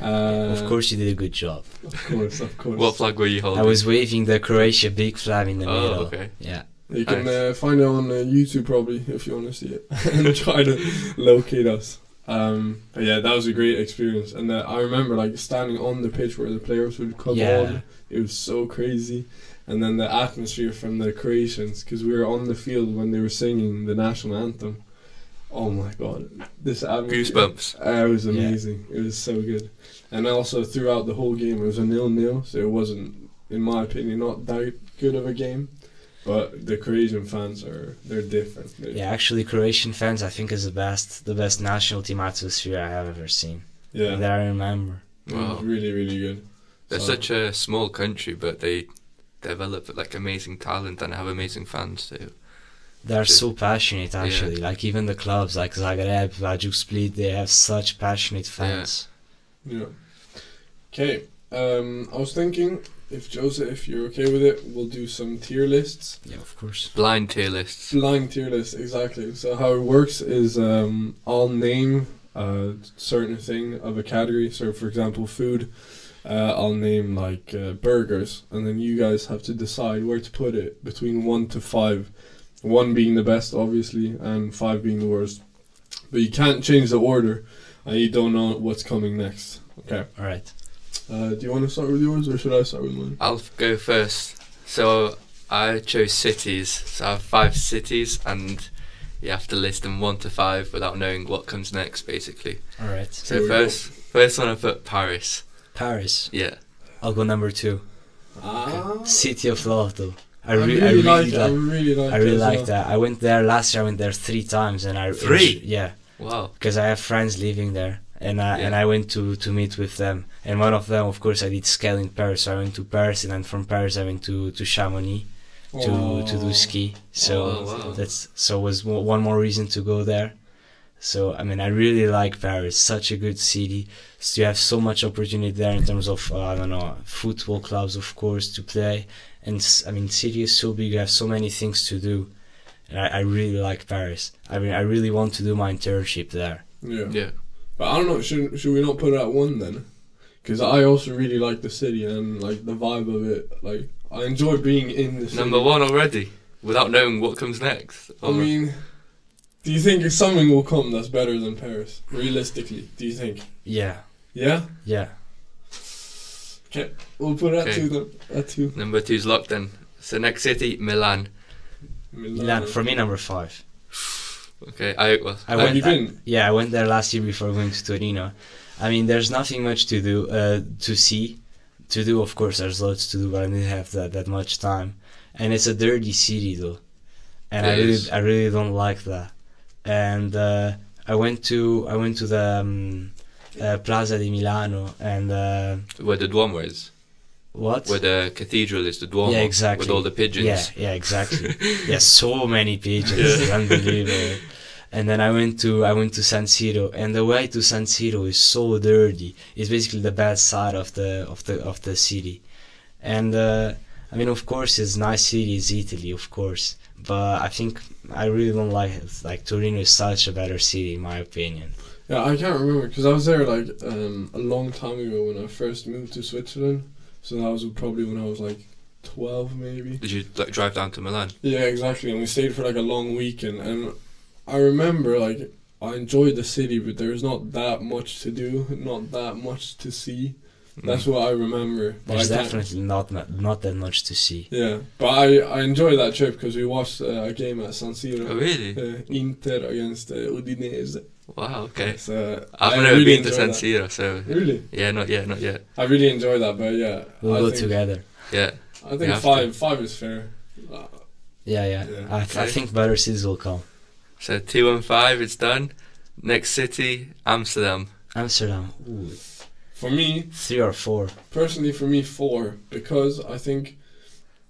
Uh, of course, you did a good job. Of course, of course. what flag were you holding? I was waving the Croatia big flag in the Oh, middle. okay. Yeah. you can Nice. uh, find it on uh, YouTube probably if you want to see it *laughs* and try to locate us. Um, but yeah, that was a great experience, and uh, I remember like standing on the pitch where the players would come Yeah. on. It was so crazy, and then the atmosphere from the Croatians because we were on the field when they were singing the national anthem, Oh my god, this admin Goosebumps. Uh, it was amazing. It was so good. And also throughout the whole game, it was a nil-nil, so it wasn't, in my opinion, not that good of a game. But the Croatian fans are they're different. They're- Yeah, actually, Croatian fans, I think, is the best, the best national team atmosphere I have ever seen. yeah, That I remember. it was Wow. really really good. They're So- such a small country, but they develop like amazing talent and have amazing fans too. They are so passionate, Yeah. actually. Like even the clubs, like Zagreb, Vajuk Split, they have such passionate fans. Yeah. Okay. Um, I was thinking if Joseph, if you're okay with it, we'll do some tier lists. Yeah, of course. Blind tier lists. Blind tier list, exactly. So how it works is um, I'll name a certain thing of a category. So for example, food. Uh, I'll name like uh, burgers, and then you guys have to decide where to put it between one to five. One being the best, obviously, and five being the worst. But you can't change the order, and you don't know what's coming next. Okay. All right. Uh, do you want to start with yours, or should I start with mine? I'll go first. So I chose cities. So I have five cities, and you have to list them one to five without knowing what comes next, basically. All right. Here So we go. first, first one I put Paris. Paris. Yeah, I'll go number two. Ah, City of Love, though. I, I re- really, I really like. it, I like. really like. I it really as like well. that. I went there last year. I went there three times, and I Three? yeah, wow. because I have friends living there, and I, Yeah. and I went to to meet with them. And one of them, of course, I did scale in Paris. So I went to Paris, and then from Paris, I went to to Chamonix to to do Oh. ski. So Oh, wow. that's so was mo- one more reason to go there. So I mean, I really like Paris. Such a good city. So you have so much opportunity there in terms of uh, I don't know football clubs, of course, to play. And s- I mean, city is so big. You have so many things to do. And I, I really like Paris. I mean, I really want to do my internship there. Yeah. Yeah, But I don't know. Should should we not put it at one then? Because I also really like the city and like the vibe of it. Like I enjoy being in the city. number one already without knowing what comes next. I mean, do you think something will come that's better than Paris? Realistically, do you think? Yeah, Yeah. yeah. Okay. We'll put it at Okay. two then. At two. number two's locked in. So next city, Milan. Milan for me number five. Okay, I well, I Have went you there- been? Yeah, I went there last year before going to Torino. I mean, there's nothing much to do, uh, to see, to do. Of course, there's loads to do, but I didn't have that, that much time. And it's a dirty city though, and I It really is. I really don't like that. And uh, I went to I went to the um, uh, Plaza di Milano and uh, where the Duomo is, what? where the cathedral is, the Duomo. yeah, exactly. With all the pigeons. Yeah, yeah, *laughs* exactly. yeah, so many pigeons, it's unbelievable. And then I went to I went to San Siro, and the way to San Siro is so dirty. It's basically the bad side of the of the of the city. And uh, I mean, of course, it's nice city, it's Italy, of course. But I think I really don't like it. Like Torino is such a better city, in my opinion. Yeah, I can't remember because I was there like um, a long time ago when I first moved to Switzerland. So that was probably when I was like twelve, maybe. Did you like drive down to Milan? Yeah, exactly. And we stayed for like a long weekend, and I remember like I enjoyed the city, but there was not that much to do, not that much to see. That's Mm. what I remember. But There's I can't- definitely not mu- not that much to see. Yeah, but I I enjoyed that trip because we watched uh, a game at San Siro. Oh really? Uh, Inter against uh, Udinese. Wow. Okay. So I've I never really been to San enjoyed Siro, so that. Really, yeah, not yet, not yet. I really enjoyed that. But yeah, We'll I go think, together. Yeah, I We think have to. five five is fair. Uh, Yeah, yeah. Yeah. I, I Okay. think better cities will come. so two and five, it's done. Next city, Amsterdam. Amsterdam. Ooh, for me, three or four. Personally, for me, four because I think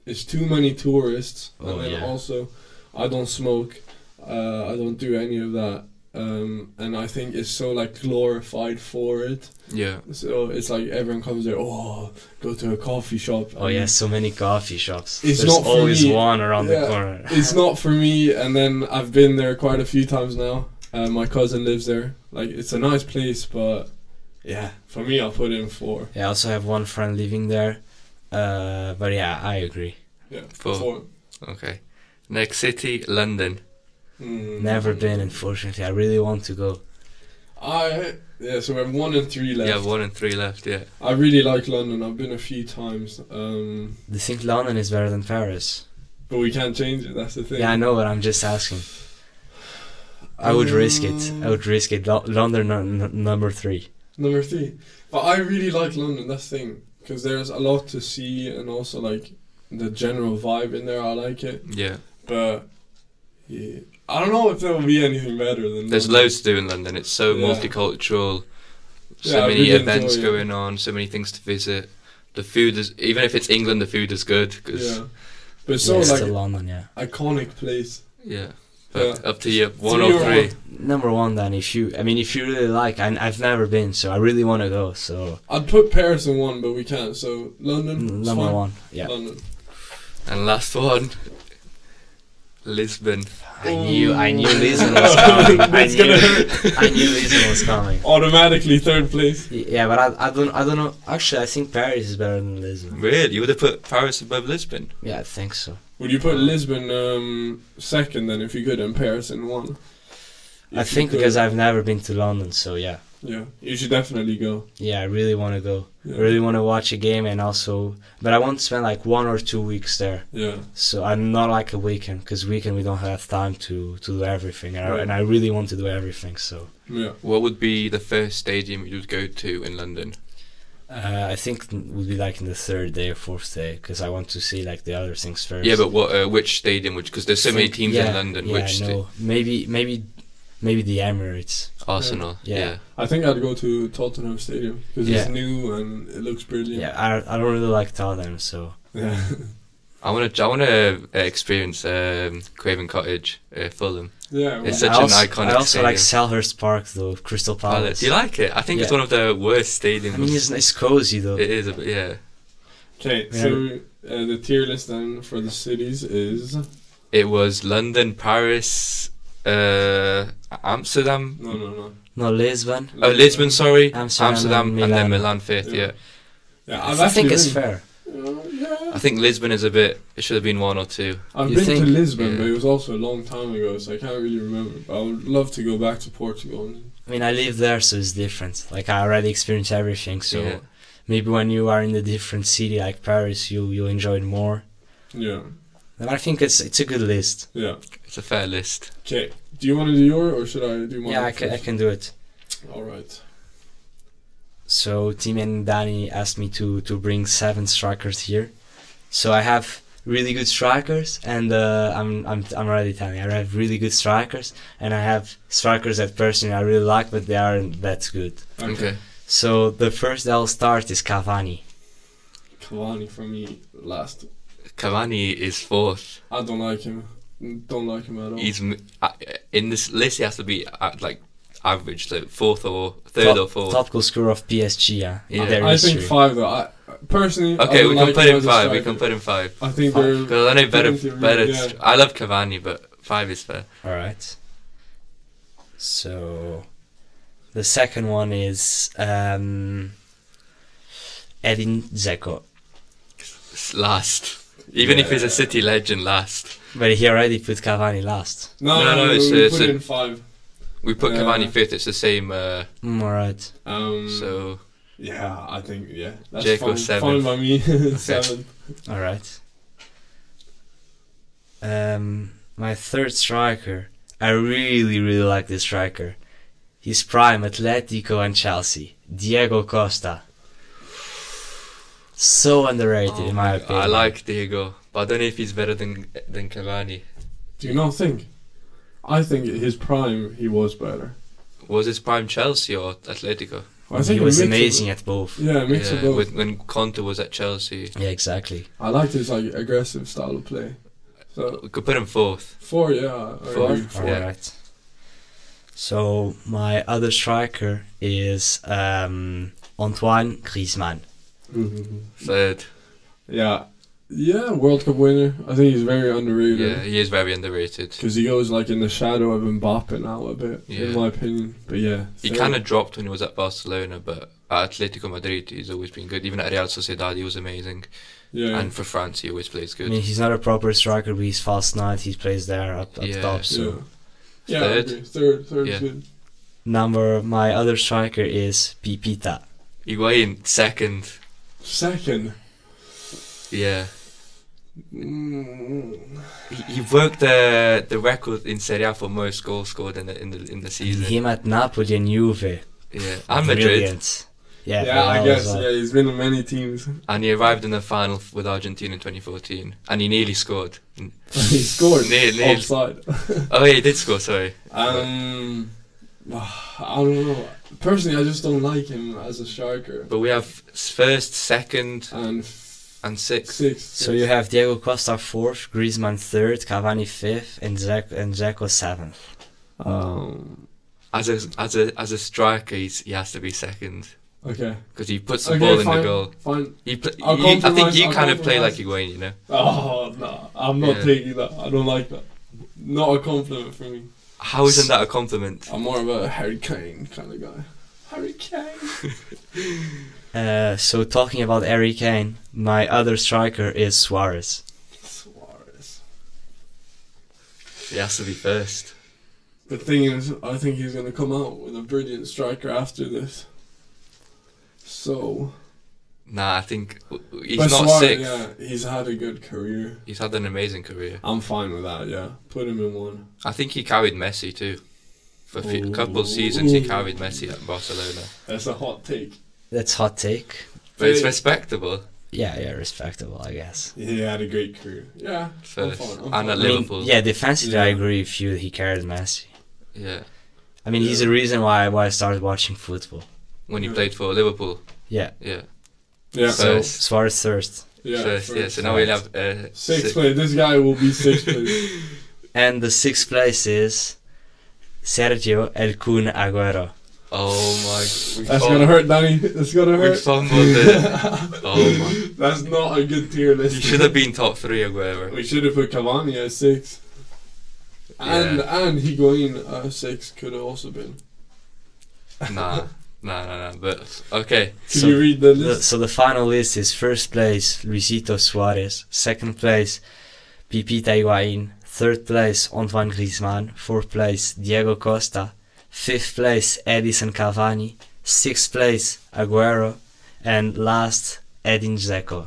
it's too many tourists, Oh, and then yeah. also I don't smoke, uh, I don't do any of that, um, and I think it's so like glorified for it. Yeah, So it's like everyone comes there. Oh, go to a coffee shop. Oh and yeah, so many coffee shops. It's There's not for always me. one around Yeah. the corner. it's not for me. And then I've been there quite a few times now. Uh, my cousin lives there. Like it's a nice place, but yeah, for me, I'll put in four. Yeah, I also have one friend living there. Uh, but yeah, I agree. Yeah, Four. okay. Next city, London. Mm. Never been, unfortunately. I really want to go. I yeah. So we have one and three You left. have one and three left. Yeah, I really like London. I've been a few times, um, They think London is better than Paris. but we can't change it. That's the thing. Yeah, I know, but I'm just asking. I would risk it. Mm. I would risk it. Lo- London n- n- number three. Number three. But I really like London, that's the thing. Because there's a lot to see and also like the general vibe in there, I like it. Yeah. But yeah, I don't know if there will be anything better than There's London. loads to do in London. It's so Yeah. multicultural. So Yeah, I many really events enjoy it. going on. So many things to visit. The food is even if it's England, the food is good. 'cause- Yeah. But it's yeah, so it's like still London, yeah. iconic place. yeah. But Yeah. up to you, your one or three. Number one, then. If you, I mean, if you really like, I, I've never been, so I really want to go. So I'd put Paris in one, but we can't. So London, n- it's Mm, number fine. one, yeah. London. And last one, Lisbon. I knew, I knew Ooh. Lisbon *laughs* was coming. I It's Oh. gonna knew, hurt. I knew Lisbon was coming. Automatically third place. Y- Yeah, but I, I don't, I don't know. Actually, I think Paris is better than Lisbon. Really, you would have put Paris above Lisbon. Yeah, I think so. Would you put Lisbon um, second then if you could, and Paris in one? I If you think could. because I've never been to London, so yeah, yeah, you should definitely go. yeah, I really want to go. Yeah. I really want to watch a game and also, but I want to spend like one or two weeks there. Yeah. So I'm not like a weekend because weekend we don't have time to to do everything, and, Right. I, and I really want to do everything. So Yeah. What would be the first stadium you would go to in London? uh, I think it would be like in the third day or fourth day because I want to see like the other things first. Yeah, but what? Uh, which stadium? Which because there's so many Think- teams yeah, in London. Yeah, which sta- no, maybe maybe maybe the Emirates. Arsenal? Yeah. yeah. I think I'd go to Tottenham Stadium because it's Yeah. new and it looks brilliant. Yeah, I, I don't really like Tottenham, so Yeah. I want to. I want to experience um, Craven Cottage, uh, Fulham. *laughs* yeah. It's well, such I an also, iconic I also like stadium. Selhurst Park though, Crystal Palace. Do you like it? I think it's Yeah. one of the worst stadiums. I mean, it's it's cozy though. It is a bit- yeah. Okay, Yeah. so uh, the tier list then for the cities is no, It was London, Paris, uh, Amsterdam. no, no. no, Lisbon. Oh, Lisbon, sorry. Amsterdam Amsterdam, and and, then Milan. Milan fifth. Yeah. Yeah. Yeah, I've I think actually it's been- fair. Uh, yeah. I think Lisbon is a bit. It should have been one or two. I've You been think- to Lisbon, yeah. but it was also a long time ago, so I can't really remember. But I would love to go back to Portugal. and- I mean, I live there, so it's different. Like I already experienced everything, so Yeah. maybe when you are in a different city like Paris, you you enjoy it more. Yeah, And I think it's it's a good list. yeah. It's a fair list. Okay, do you want to do your or should I do mine? Yeah, I can, I can do it. All right. So Tim and Danny asked me to to bring seven strikers here. So I have really good strikers, and uh, I'm I'm I'm already telling. you, I have really good strikers, and I have strikers that personally I really like, but they aren't that good. Okay. So the first I'll start is Cavani. Cavani for me last. Cavani is fourth. I don't like him. Don't like him at all. He's m- uh, in this list. He has to be at, like average, so fourth or third top, or fourth. Top goal scorer of PSG. Yeah, Yeah. In their Oh. I history. think five though. I personally. I Okay, don't we can like put him in as a five. We striker. can put in five. I think Five. they're. Because I know better, Putting him, better. yeah. I love Cavani, but five is fair. All right. So, the second one is um, Edin Dzeko, It's last. Even if he's Yeah. a City legend, last. but he already put Cavani last. No, No, no, no, no. it's- we it's put a- in five. We put Yeah. Cavani fifth. It's the same. Uh, Mm, all right. Um, so yeah, I think yeah. That's Dzeko fine, fine seven. by me. *laughs* seven. All right. Um, my third striker. I really, really like this striker. He's prime Atletico and Chelsea. Diego Costa. So underrated, in my opinion. Oh, I like Diego, but I don't know if he's better than than Cavani. Do you not think? I think at his prime he was better. Was his prime Chelsea or Atletico? I he think was a mix of- amazing at both. yeah, a mix of Yeah, both. with, when Conte was at Chelsea, Yeah, exactly. I liked his like aggressive style of play. So we could put him fourth. four, yeah, I Four? agree. Four. Yeah. Alright. So my other striker is um, Antoine Griezmann. *laughs* Mhm. Third. Yeah, yeah, World Cup winner. I think he's very Yeah, underrated he is very underrated. because he goes like in the shadow of Mbappe now a bit, in Yeah. my opinion. But yeah, He third. kind of dropped when he was at Barcelona, but at Atletico Madrid, he's always been good. Even at Real Sociedad, he was amazing. yeah, And for France, he always plays I good. mean, he's not a proper striker, but he's fast night. He plays there up, up Yeah. top. So yeah, yeah, I Third. agree. third, third, Yeah. is good. number my other striker is Pipita. Higuain, second. Second, Yeah. Mm, He, he broke the the record in Serie A for most goals scored in the in the in the season. Him at Napoli and Juve. yeah, and Madrid, Brilliant. Yeah, uh, yeah, I Bilal guess. as well. Yeah, he's been in many *laughs* teams. and he arrived in the final f- with Argentina in 2014, and he nearly scored. he scored Neil- Neil. offside. Oh yeah, he did score. Sorry. Um, *sighs* I don't know. Personally, I just don't like him as a striker. But we have s- first, second, And f- and sixth. six. So you have Diego Costa fourth, Griezmann third, Cavani fifth, and Zeko and Zeko seventh. Um. As a as a as a striker, he's, he has to be second Okay. because he puts the Okay, ball in fine. the goal. Fine. He pl- I'll you- I think compromise, you I'll kind of play like compromise. Higuain, you know. Oh no, I'm not Yeah. taking that. I don't like that. Not a compliment for me. How isn't that a compliment? I'm more of a Harry Kane kind of guy. Harry Kane. Uh, so talking about Harry Kane, my other striker is Suarez. Suarez. He has to be first. The thing is, I think he's gonna come out with a brilliant striker after this. So, Nah, I think w- w- he's But not Suarez, sixth. Yeah, he's had a good career. He's had an amazing career. I'm fine with that. Yeah, put him in one. I think he carried Messi too. For a few, a couple of seasons, he carried Messi at Barcelona. That's a hot take. That's hot take. But it's Hey. respectable Yeah, yeah, respectable, I guess. He had a great career. Yeah, I'm first, fine, I'm fine. and at I I mean, Liverpool. yeah, defensively, I Yeah. agree with you. He carried Messi. yeah, I mean, he's Yeah. the reason why why I started watching football. when he Yeah. played for Liverpool. Yeah. Yeah, yeah. So- So First. Suarez first, yeah, first, yeah. first. So now we'll have uh, Sixth six- place. This guy will be *laughs* sixth place. and the sixth place is Sergio El Kun Agüero. *laughs* Oh my! we That's fum- gonna hurt, Danny. That's gonna We hurt. fumbled it. *laughs* Oh my! That's not a good tier You list. should have been top three, Aguero. *laughs* We should have put Cavani at six. And and Higuain at six could have also been. Nah, nah, nah, nah. But okay, Can So- you read the The- list? so the final list is first place Luisito Suarez, second place Pipita Higuain, third place Antoine Griezmann, fourth place Diego Costa, fifth place Edison Cavani, sixth place Aguero, and last Edin Dzeko.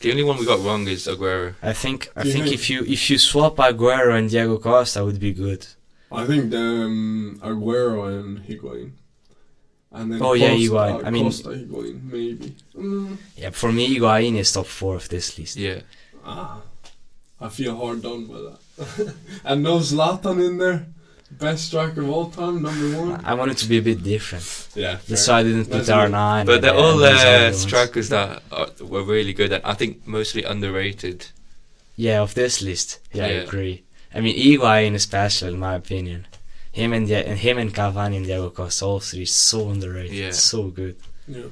the only one we got wrong is Aguero. I think I Do you think think- if you if you swap Aguero and Diego Costa would be good. I think um, Aguero and Higuain. And then Oh, yeah, Costa- Higuain. I mean- Costa Higuain maybe. Mm. Yeah, for me Higuain is top four of this list. Yeah, Ah, I feel hard done by that. *laughs* and no Zlatan in there. Best striker of all time, number one. I wanted to be a bit different. Yeah, That's why I didn't put Let's move. R9. but they're and- all and these other uh, ones. strikers that are, were really good, and I think mostly underrated. Yeah, of this list. Yeah, I Yeah. agree. I mean, Higuain especially, in my opinion. Him and, Di- and him and Cavani and Diego Costa, all three, so underrated. Yeah. So good. Yeah.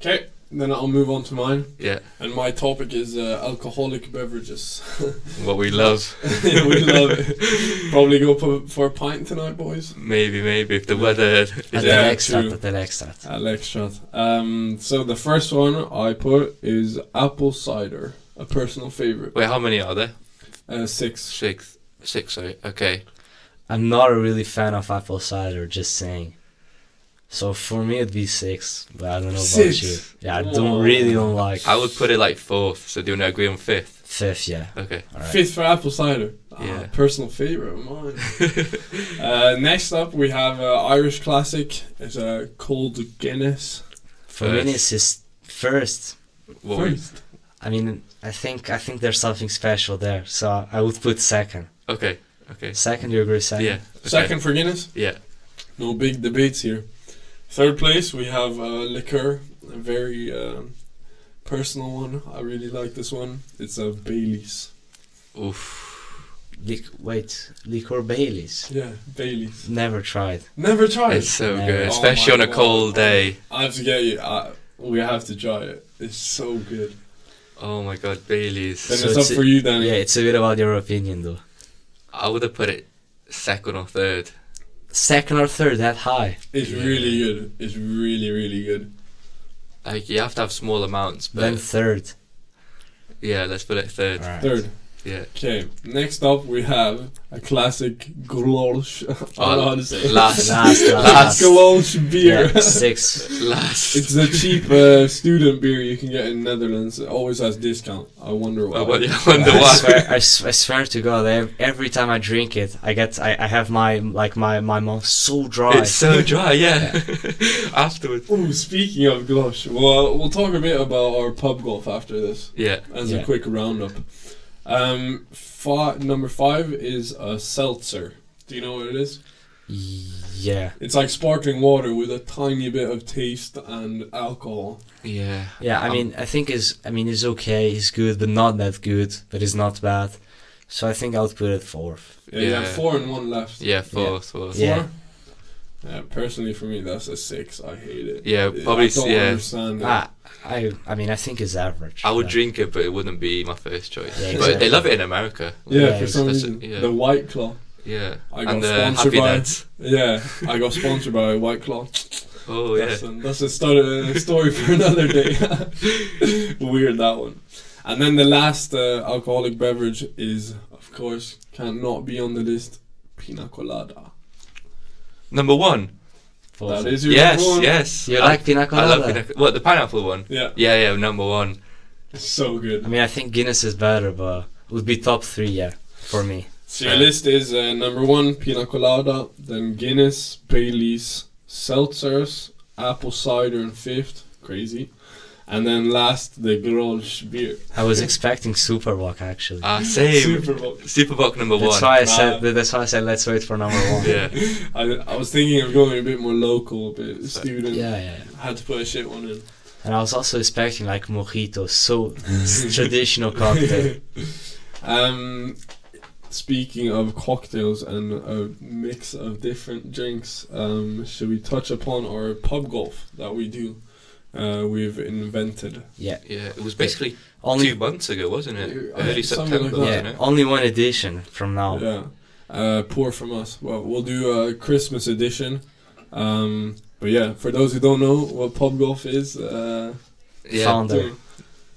Okay, then I'll move on to mine. Yeah, And my topic is uh, alcoholic beverages. *laughs* what we love. we love it. Probably go for, for a pint tonight, boys. Maybe, maybe if the weather. At Yeah, the next start, true. at the next start. Alex shot. Um, so the first one I put is apple cider, a personal favorite. Wait, how many are there? Uh, six. Six, six. Sorry. Okay. I'm not a really fan of apple cider, just saying. So for me, it'd be six, but I don't know Six? about you. Yeah, I Whoa. don't really don't like. I would put it like fourth. So do you want to agree on fifth? fifth, yeah. Okay. All right. Fifth for apple cider. Ah, Yeah. personal favorite of mine. *laughs* uh, next up, we have uh, Irish classic. It's a uh, cold Guinness. For me, First. this is first. What we- First. I mean, I think I think there's something special there, so I would put second. Okay. Okay. Second, you agree? Second. Yeah. okay. Second for Guinness. Yeah. No big debates here. Third place, we have uh, liqueur, a very um personal one. I really like this one. It's a Bailey's. Oof. Lic- wait, liquor Baileys. Yeah, Bailey's. Never tried. Never tried. It's so Yeah. good, Oh especially my on a God. cold day. I have to get you. I, we have to try it. It's so good. Oh my god, Then Bailey's. So it's, it's up a- for you, Yeah, Danny. it's a bit about your opinion though. I would have put it second or third. Second or third, that high. It's Yeah. really good. It's really, really good. Like you have to have small amounts, but Then third. yeah, let's put it third. Alright. Third. Yeah. Okay, next up we have a classic Grolsch. I *laughs* don't know how to say it. last, Oh, Last, last, Grolsch beer. *laughs* Yeah, six. last. It's a cheap uh, student beer you can get in Netherlands. It always has discount. I wonder why. *laughs* I wonder I *laughs* wonder I why. swear, I, s- I swear to God, ev- every time I drink it, I get, I, I have my, like my, my mouth so dry. It's so dry, yeah. *laughs* Afterwards. Ooh, speaking of Grolsch, well, we'll talk a bit about our pub golf after this Yeah. as a Yeah. quick roundup. Um, fi- number five is a seltzer. Do you know what it is? yeah, It's like sparkling water with a tiny bit of taste and alcohol. Yeah. yeah. I Um, mean, I think is, I mean, it's okay, it's good, but not that good, but it's not bad. So I think I'll put it fourth. Yeah, you have Yeah. four and one left. Yeah, fourth, fourth. Yeah. Four? Yeah, personally for me that's a six. I hate it. Yeah, I probably s- don't yeah. understand it. Ah, I, I mean, I think it's average. I would but- drink it, but it wouldn't be my first choice. Yeah, But they exactly. love it in America. yeah, yeah, for some that's- reason. yeah. The White Claw. Yeah. I got and the sponsored Happy by- Dads. Yeah, I got sponsored by White Claw. Oh, yeah. That's, a, that's a story, a story for *laughs* another day. Weird that one. And then the last uh, alcoholic beverage is, of course, cannot be on the list, pina colada. Number one. Fourth. That is your Yes, number one. yes. You I, like pina I colada? love pina What, the pineapple one? Yeah, Yeah, yeah, number one. so I good. mean, I think Guinness is better, but would be top three, yeah, for me. So your list is uh, number one, pina colada, then Guinness, Bailey's, seltzers, apple cider in fifth, crazy. And then last, the Grolsch beer. I was expecting Superwalk actually. Ah, same. Super Bowl. Superbox number that's one. Uh, why I Ah. said. That's why I said. Let's wait for number one. Yeah. I, I was thinking of going a bit more local, but student yeah, yeah. had to put a shit one in. And I was also expecting like mojito, so *laughs* s- traditional cocktail. um, speaking of cocktails and a mix of different drinks, um, should we touch upon our pub golf that we do? Uh, we've invented. Yeah, Yeah, it was basically two only months ago, wasn't it? Yeah, something Early September, like wasn't yeah, it? only one edition from now. Yeah. Uh, pour from us. Well, we'll do a Christmas edition. Um, but yeah, for those who don't know what pub golf is, uh, Yeah. Founder,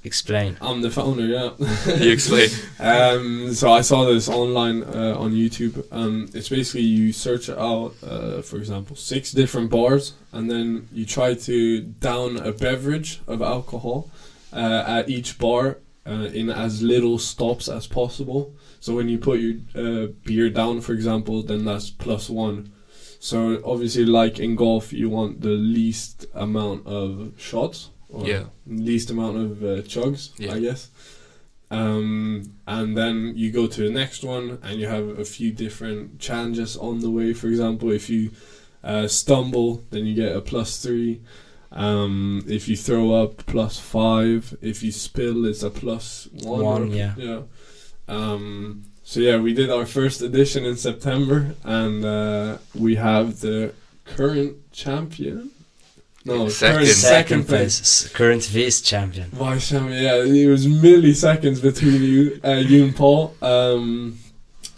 explain. I'm the founder. Yeah. *laughs* you explain. Um, so I saw this online uh, on YouTube. Um, it's basically you search out, uh, for example, six different bars, and then you try to down a beverage of alcohol uh, at each bar uh, in as little stops as possible. So when you put your uh, beer down, for example, then that's plus one. So obviously, like in golf, you want the least amount of shots, or Yeah. least amount of uh, chugs, Yeah. I guess. Um, and then you go to the next one, and you have a few different challenges on the way. For example, if you uh, stumble, then you get a plus three. Um, if you throw up, plus five. If you spill, it's a plus one. One, or a- yeah. Yeah. Um, so yeah, we did our first edition in September, and uh, we have the current champion. No, Second. current second place. s- current vice champion. Why, Sammy? Yeah, it was milliseconds between you, uh, you and Paul. Um,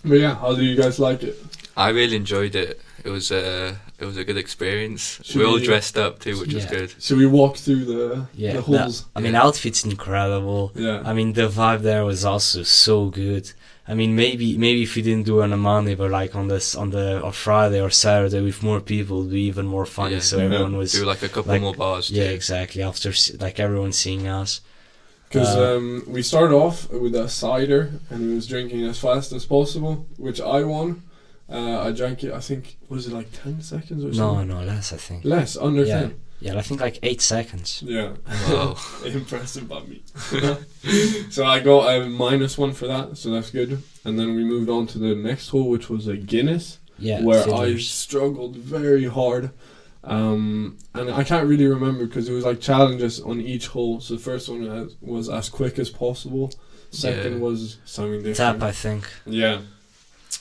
but yeah, how do you guys like it? I really enjoyed it. It was a it was a good experience. Should we all we- dressed up too, which was Yeah. good. Should we walk through the Yeah, the that- halls? I mean, outfit's incredible. yeah, I mean, the vibe there was also so good. I mean, maybe maybe if we didn't do it on a Monday, but like on this on the or Friday or Saturday with more people, it'd be even more funny. Yeah. so Yeah. everyone was Do like a couple like- more bars. yeah, too. exactly. After s- like everyone seeing us, because uh, um, we started off with a cider and we was drinking as fast as possible, which I won. Uh, I drank it. I think was it like ten seconds or no, something? no less. I think. Less under Yeah. ten. Yeah, I think like eight seconds. Yeah, *laughs* Wow. impressive by me. *laughs* so I got a minus one for that, so that's good. And then we moved on to the next hole, which was a Guinness. Yeah, where I fiddlers. struggled very hard. Um, and I can't really remember because it was like challenges on each hole. So the first one was- was as quick as possible. Second Yeah. was something different. tap, I think. Yeah.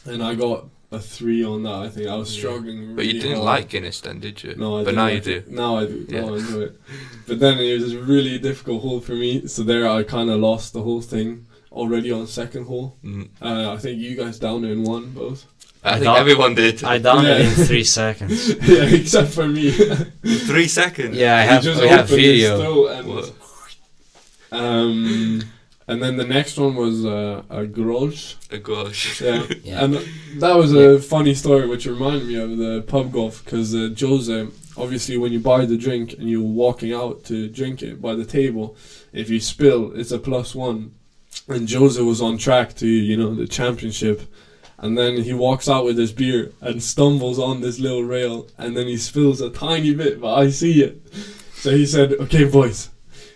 And I got a three on that. I think I was Yeah. struggling. But really you didn't hard. like Guinness then, did you? No, I but didn't now like you it. do. Now I do. Now I Yeah. do it. But then it was a really difficult hole for me. So there, I kind of lost the whole thing already on second hole. Mm. Uh, I think you guys down in one both. I, I think don't- everyone did. I done it Yeah. in three seconds. *laughs* yeah, except for me. *laughs* Three seconds. Yeah, I He have. just We have opened his video. throat and- Wha- um, And then the next one was uh, a grolsch. A gosh. *laughs* Yeah. Yeah. And that was a funny story, which reminded me of the pub golf because uh, Jose, obviously, when you buy the drink and you're walking out to drink it by the table, if you spill, it's a plus one. And Jose was on track to, you know, the championship. And then he walks out with his beer and stumbles on this little rail, and then he spills a tiny bit, but I see it. So he said, "Okay, boys,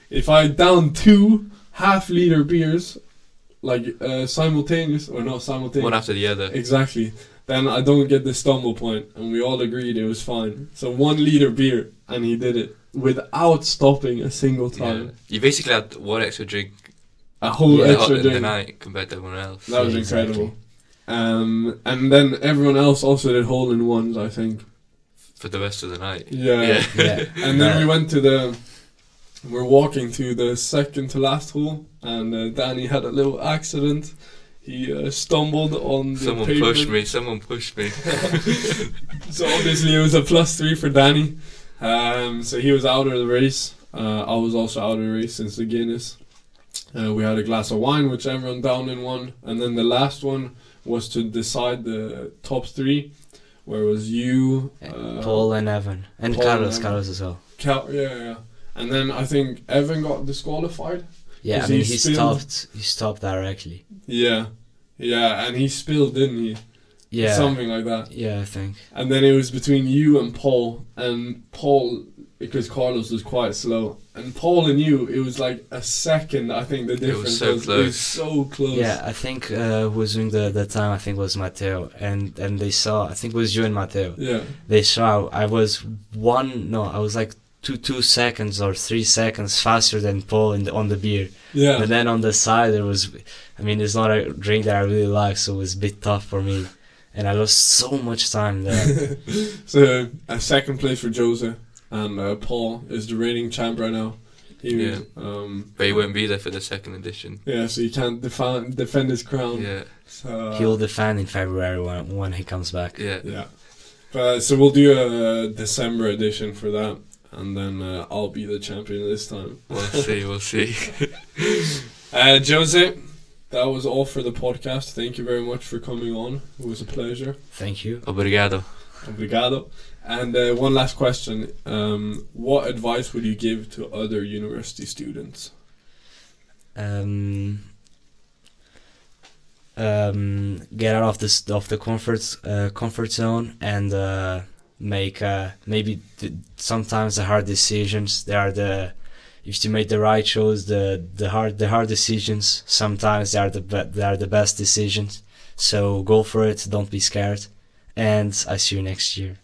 if I down two half liter beers, like uh, simultaneous or not simultaneous, One after the other. Exactly. Then I don't get the stumble point, and we all agreed it was fine. So one liter beer, and he did it without stopping a single time. Yeah. You basically had one extra drink A whole the- extra in drink. the night compared to everyone else. That was Yeah, exactly. incredible. Um, and then everyone else also did hole in ones, I think. For the rest of the night. Yeah. Yeah. yeah. *laughs* And then we went to the. We're walking to the second to last hole, and uh, Danny had a little accident. He uh, stumbled on the Someone pavement. pushed me. Someone pushed *laughs* *laughs* me. so obviously it was a plus three for Danny. Um, so he was out of the race. Uh, I was also out of the race since the Guinness. Uh, we had a glass of wine, which everyone down in one, and then the last one was to decide the top three, where it was you, uh, Paul and Evan and Paul and Carlos, Evan. Carlos as well. Cal- yeah, yeah, and then I think Evan got disqualified. Yeah, I Is mean he he still- stopped. He stopped directly. Yeah, yeah, and he spilled, didn't he? Yeah, something like that. yeah, I think. And then it was between you and Paul, and Paul because Carlos was quite slow, and Paul and you, it was like a second. I think the It difference was so It close. was so close. Yeah, I think uh, who was doing the that time. I think was Mateo, and and they saw. I think it was you and Mateo. yeah, They saw I was one. No, I was like two two seconds or three seconds faster than Paul in the, on the beer. yeah. *laughs* But then on the side there was, I mean, it's not a drink that I really like, so it was a bit tough for me, and I lost so much *laughs* time there. so a second place for Jose, and uh, Paul is the reigning champ right now. He, Yeah. Um, But he won't be there for the second edition. yeah, so he can't defend defend his crown. Yeah, So, He'll defend in February when when he comes back. yeah. Yeah. But, so we'll do a December edition for that, and then uh, I'll be the champion this time. We'll see. We'll see. *laughs* Uh, Jose, that was all for the podcast. Thank you very much for coming on. It was a pleasure. Thank you. *laughs* Obrigado. Obrigado. And uh, one last question: um, What advice would you give to other university students? um, um, get out of this of the comfort uh, comfort zone and uh, make uh, maybe th- sometimes the hard decisions. They are the if you make the right choice, the the hard the hard decisions. Sometimes they are the be- they are the best decisions. So go for it. Don't be scared. And I see you next year.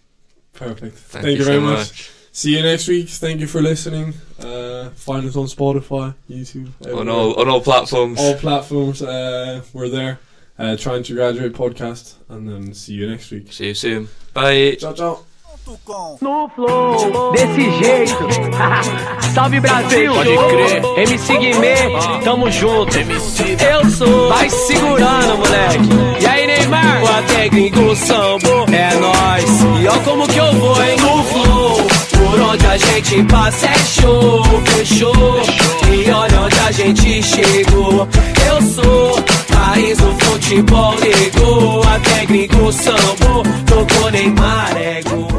Perfect. Thank, Thank you you very so much. much. See you next week. Thank you for listening. Uh, find us on Spotify, YouTube, on everywhere. all on all platforms. all platforms. Uh, we're there. Uh, trying to graduate podcast, and then see you next week. See you soon. Bye. Ciao, ciao. no flow, desse jeito. Salve Brasil, Pode crer. MC Guimê, tamo junto. Eu sou, vai segurando, moleque. E aí, Neymar? O até gringo sambo, é nóis. E ó, como que eu vou, hein? No flow, por onde a gente passa é show, fechou. E olha onde a gente chegou. Eu sou, país do futebol, negou. Até gringo sambo, tocou Neymar, é ego.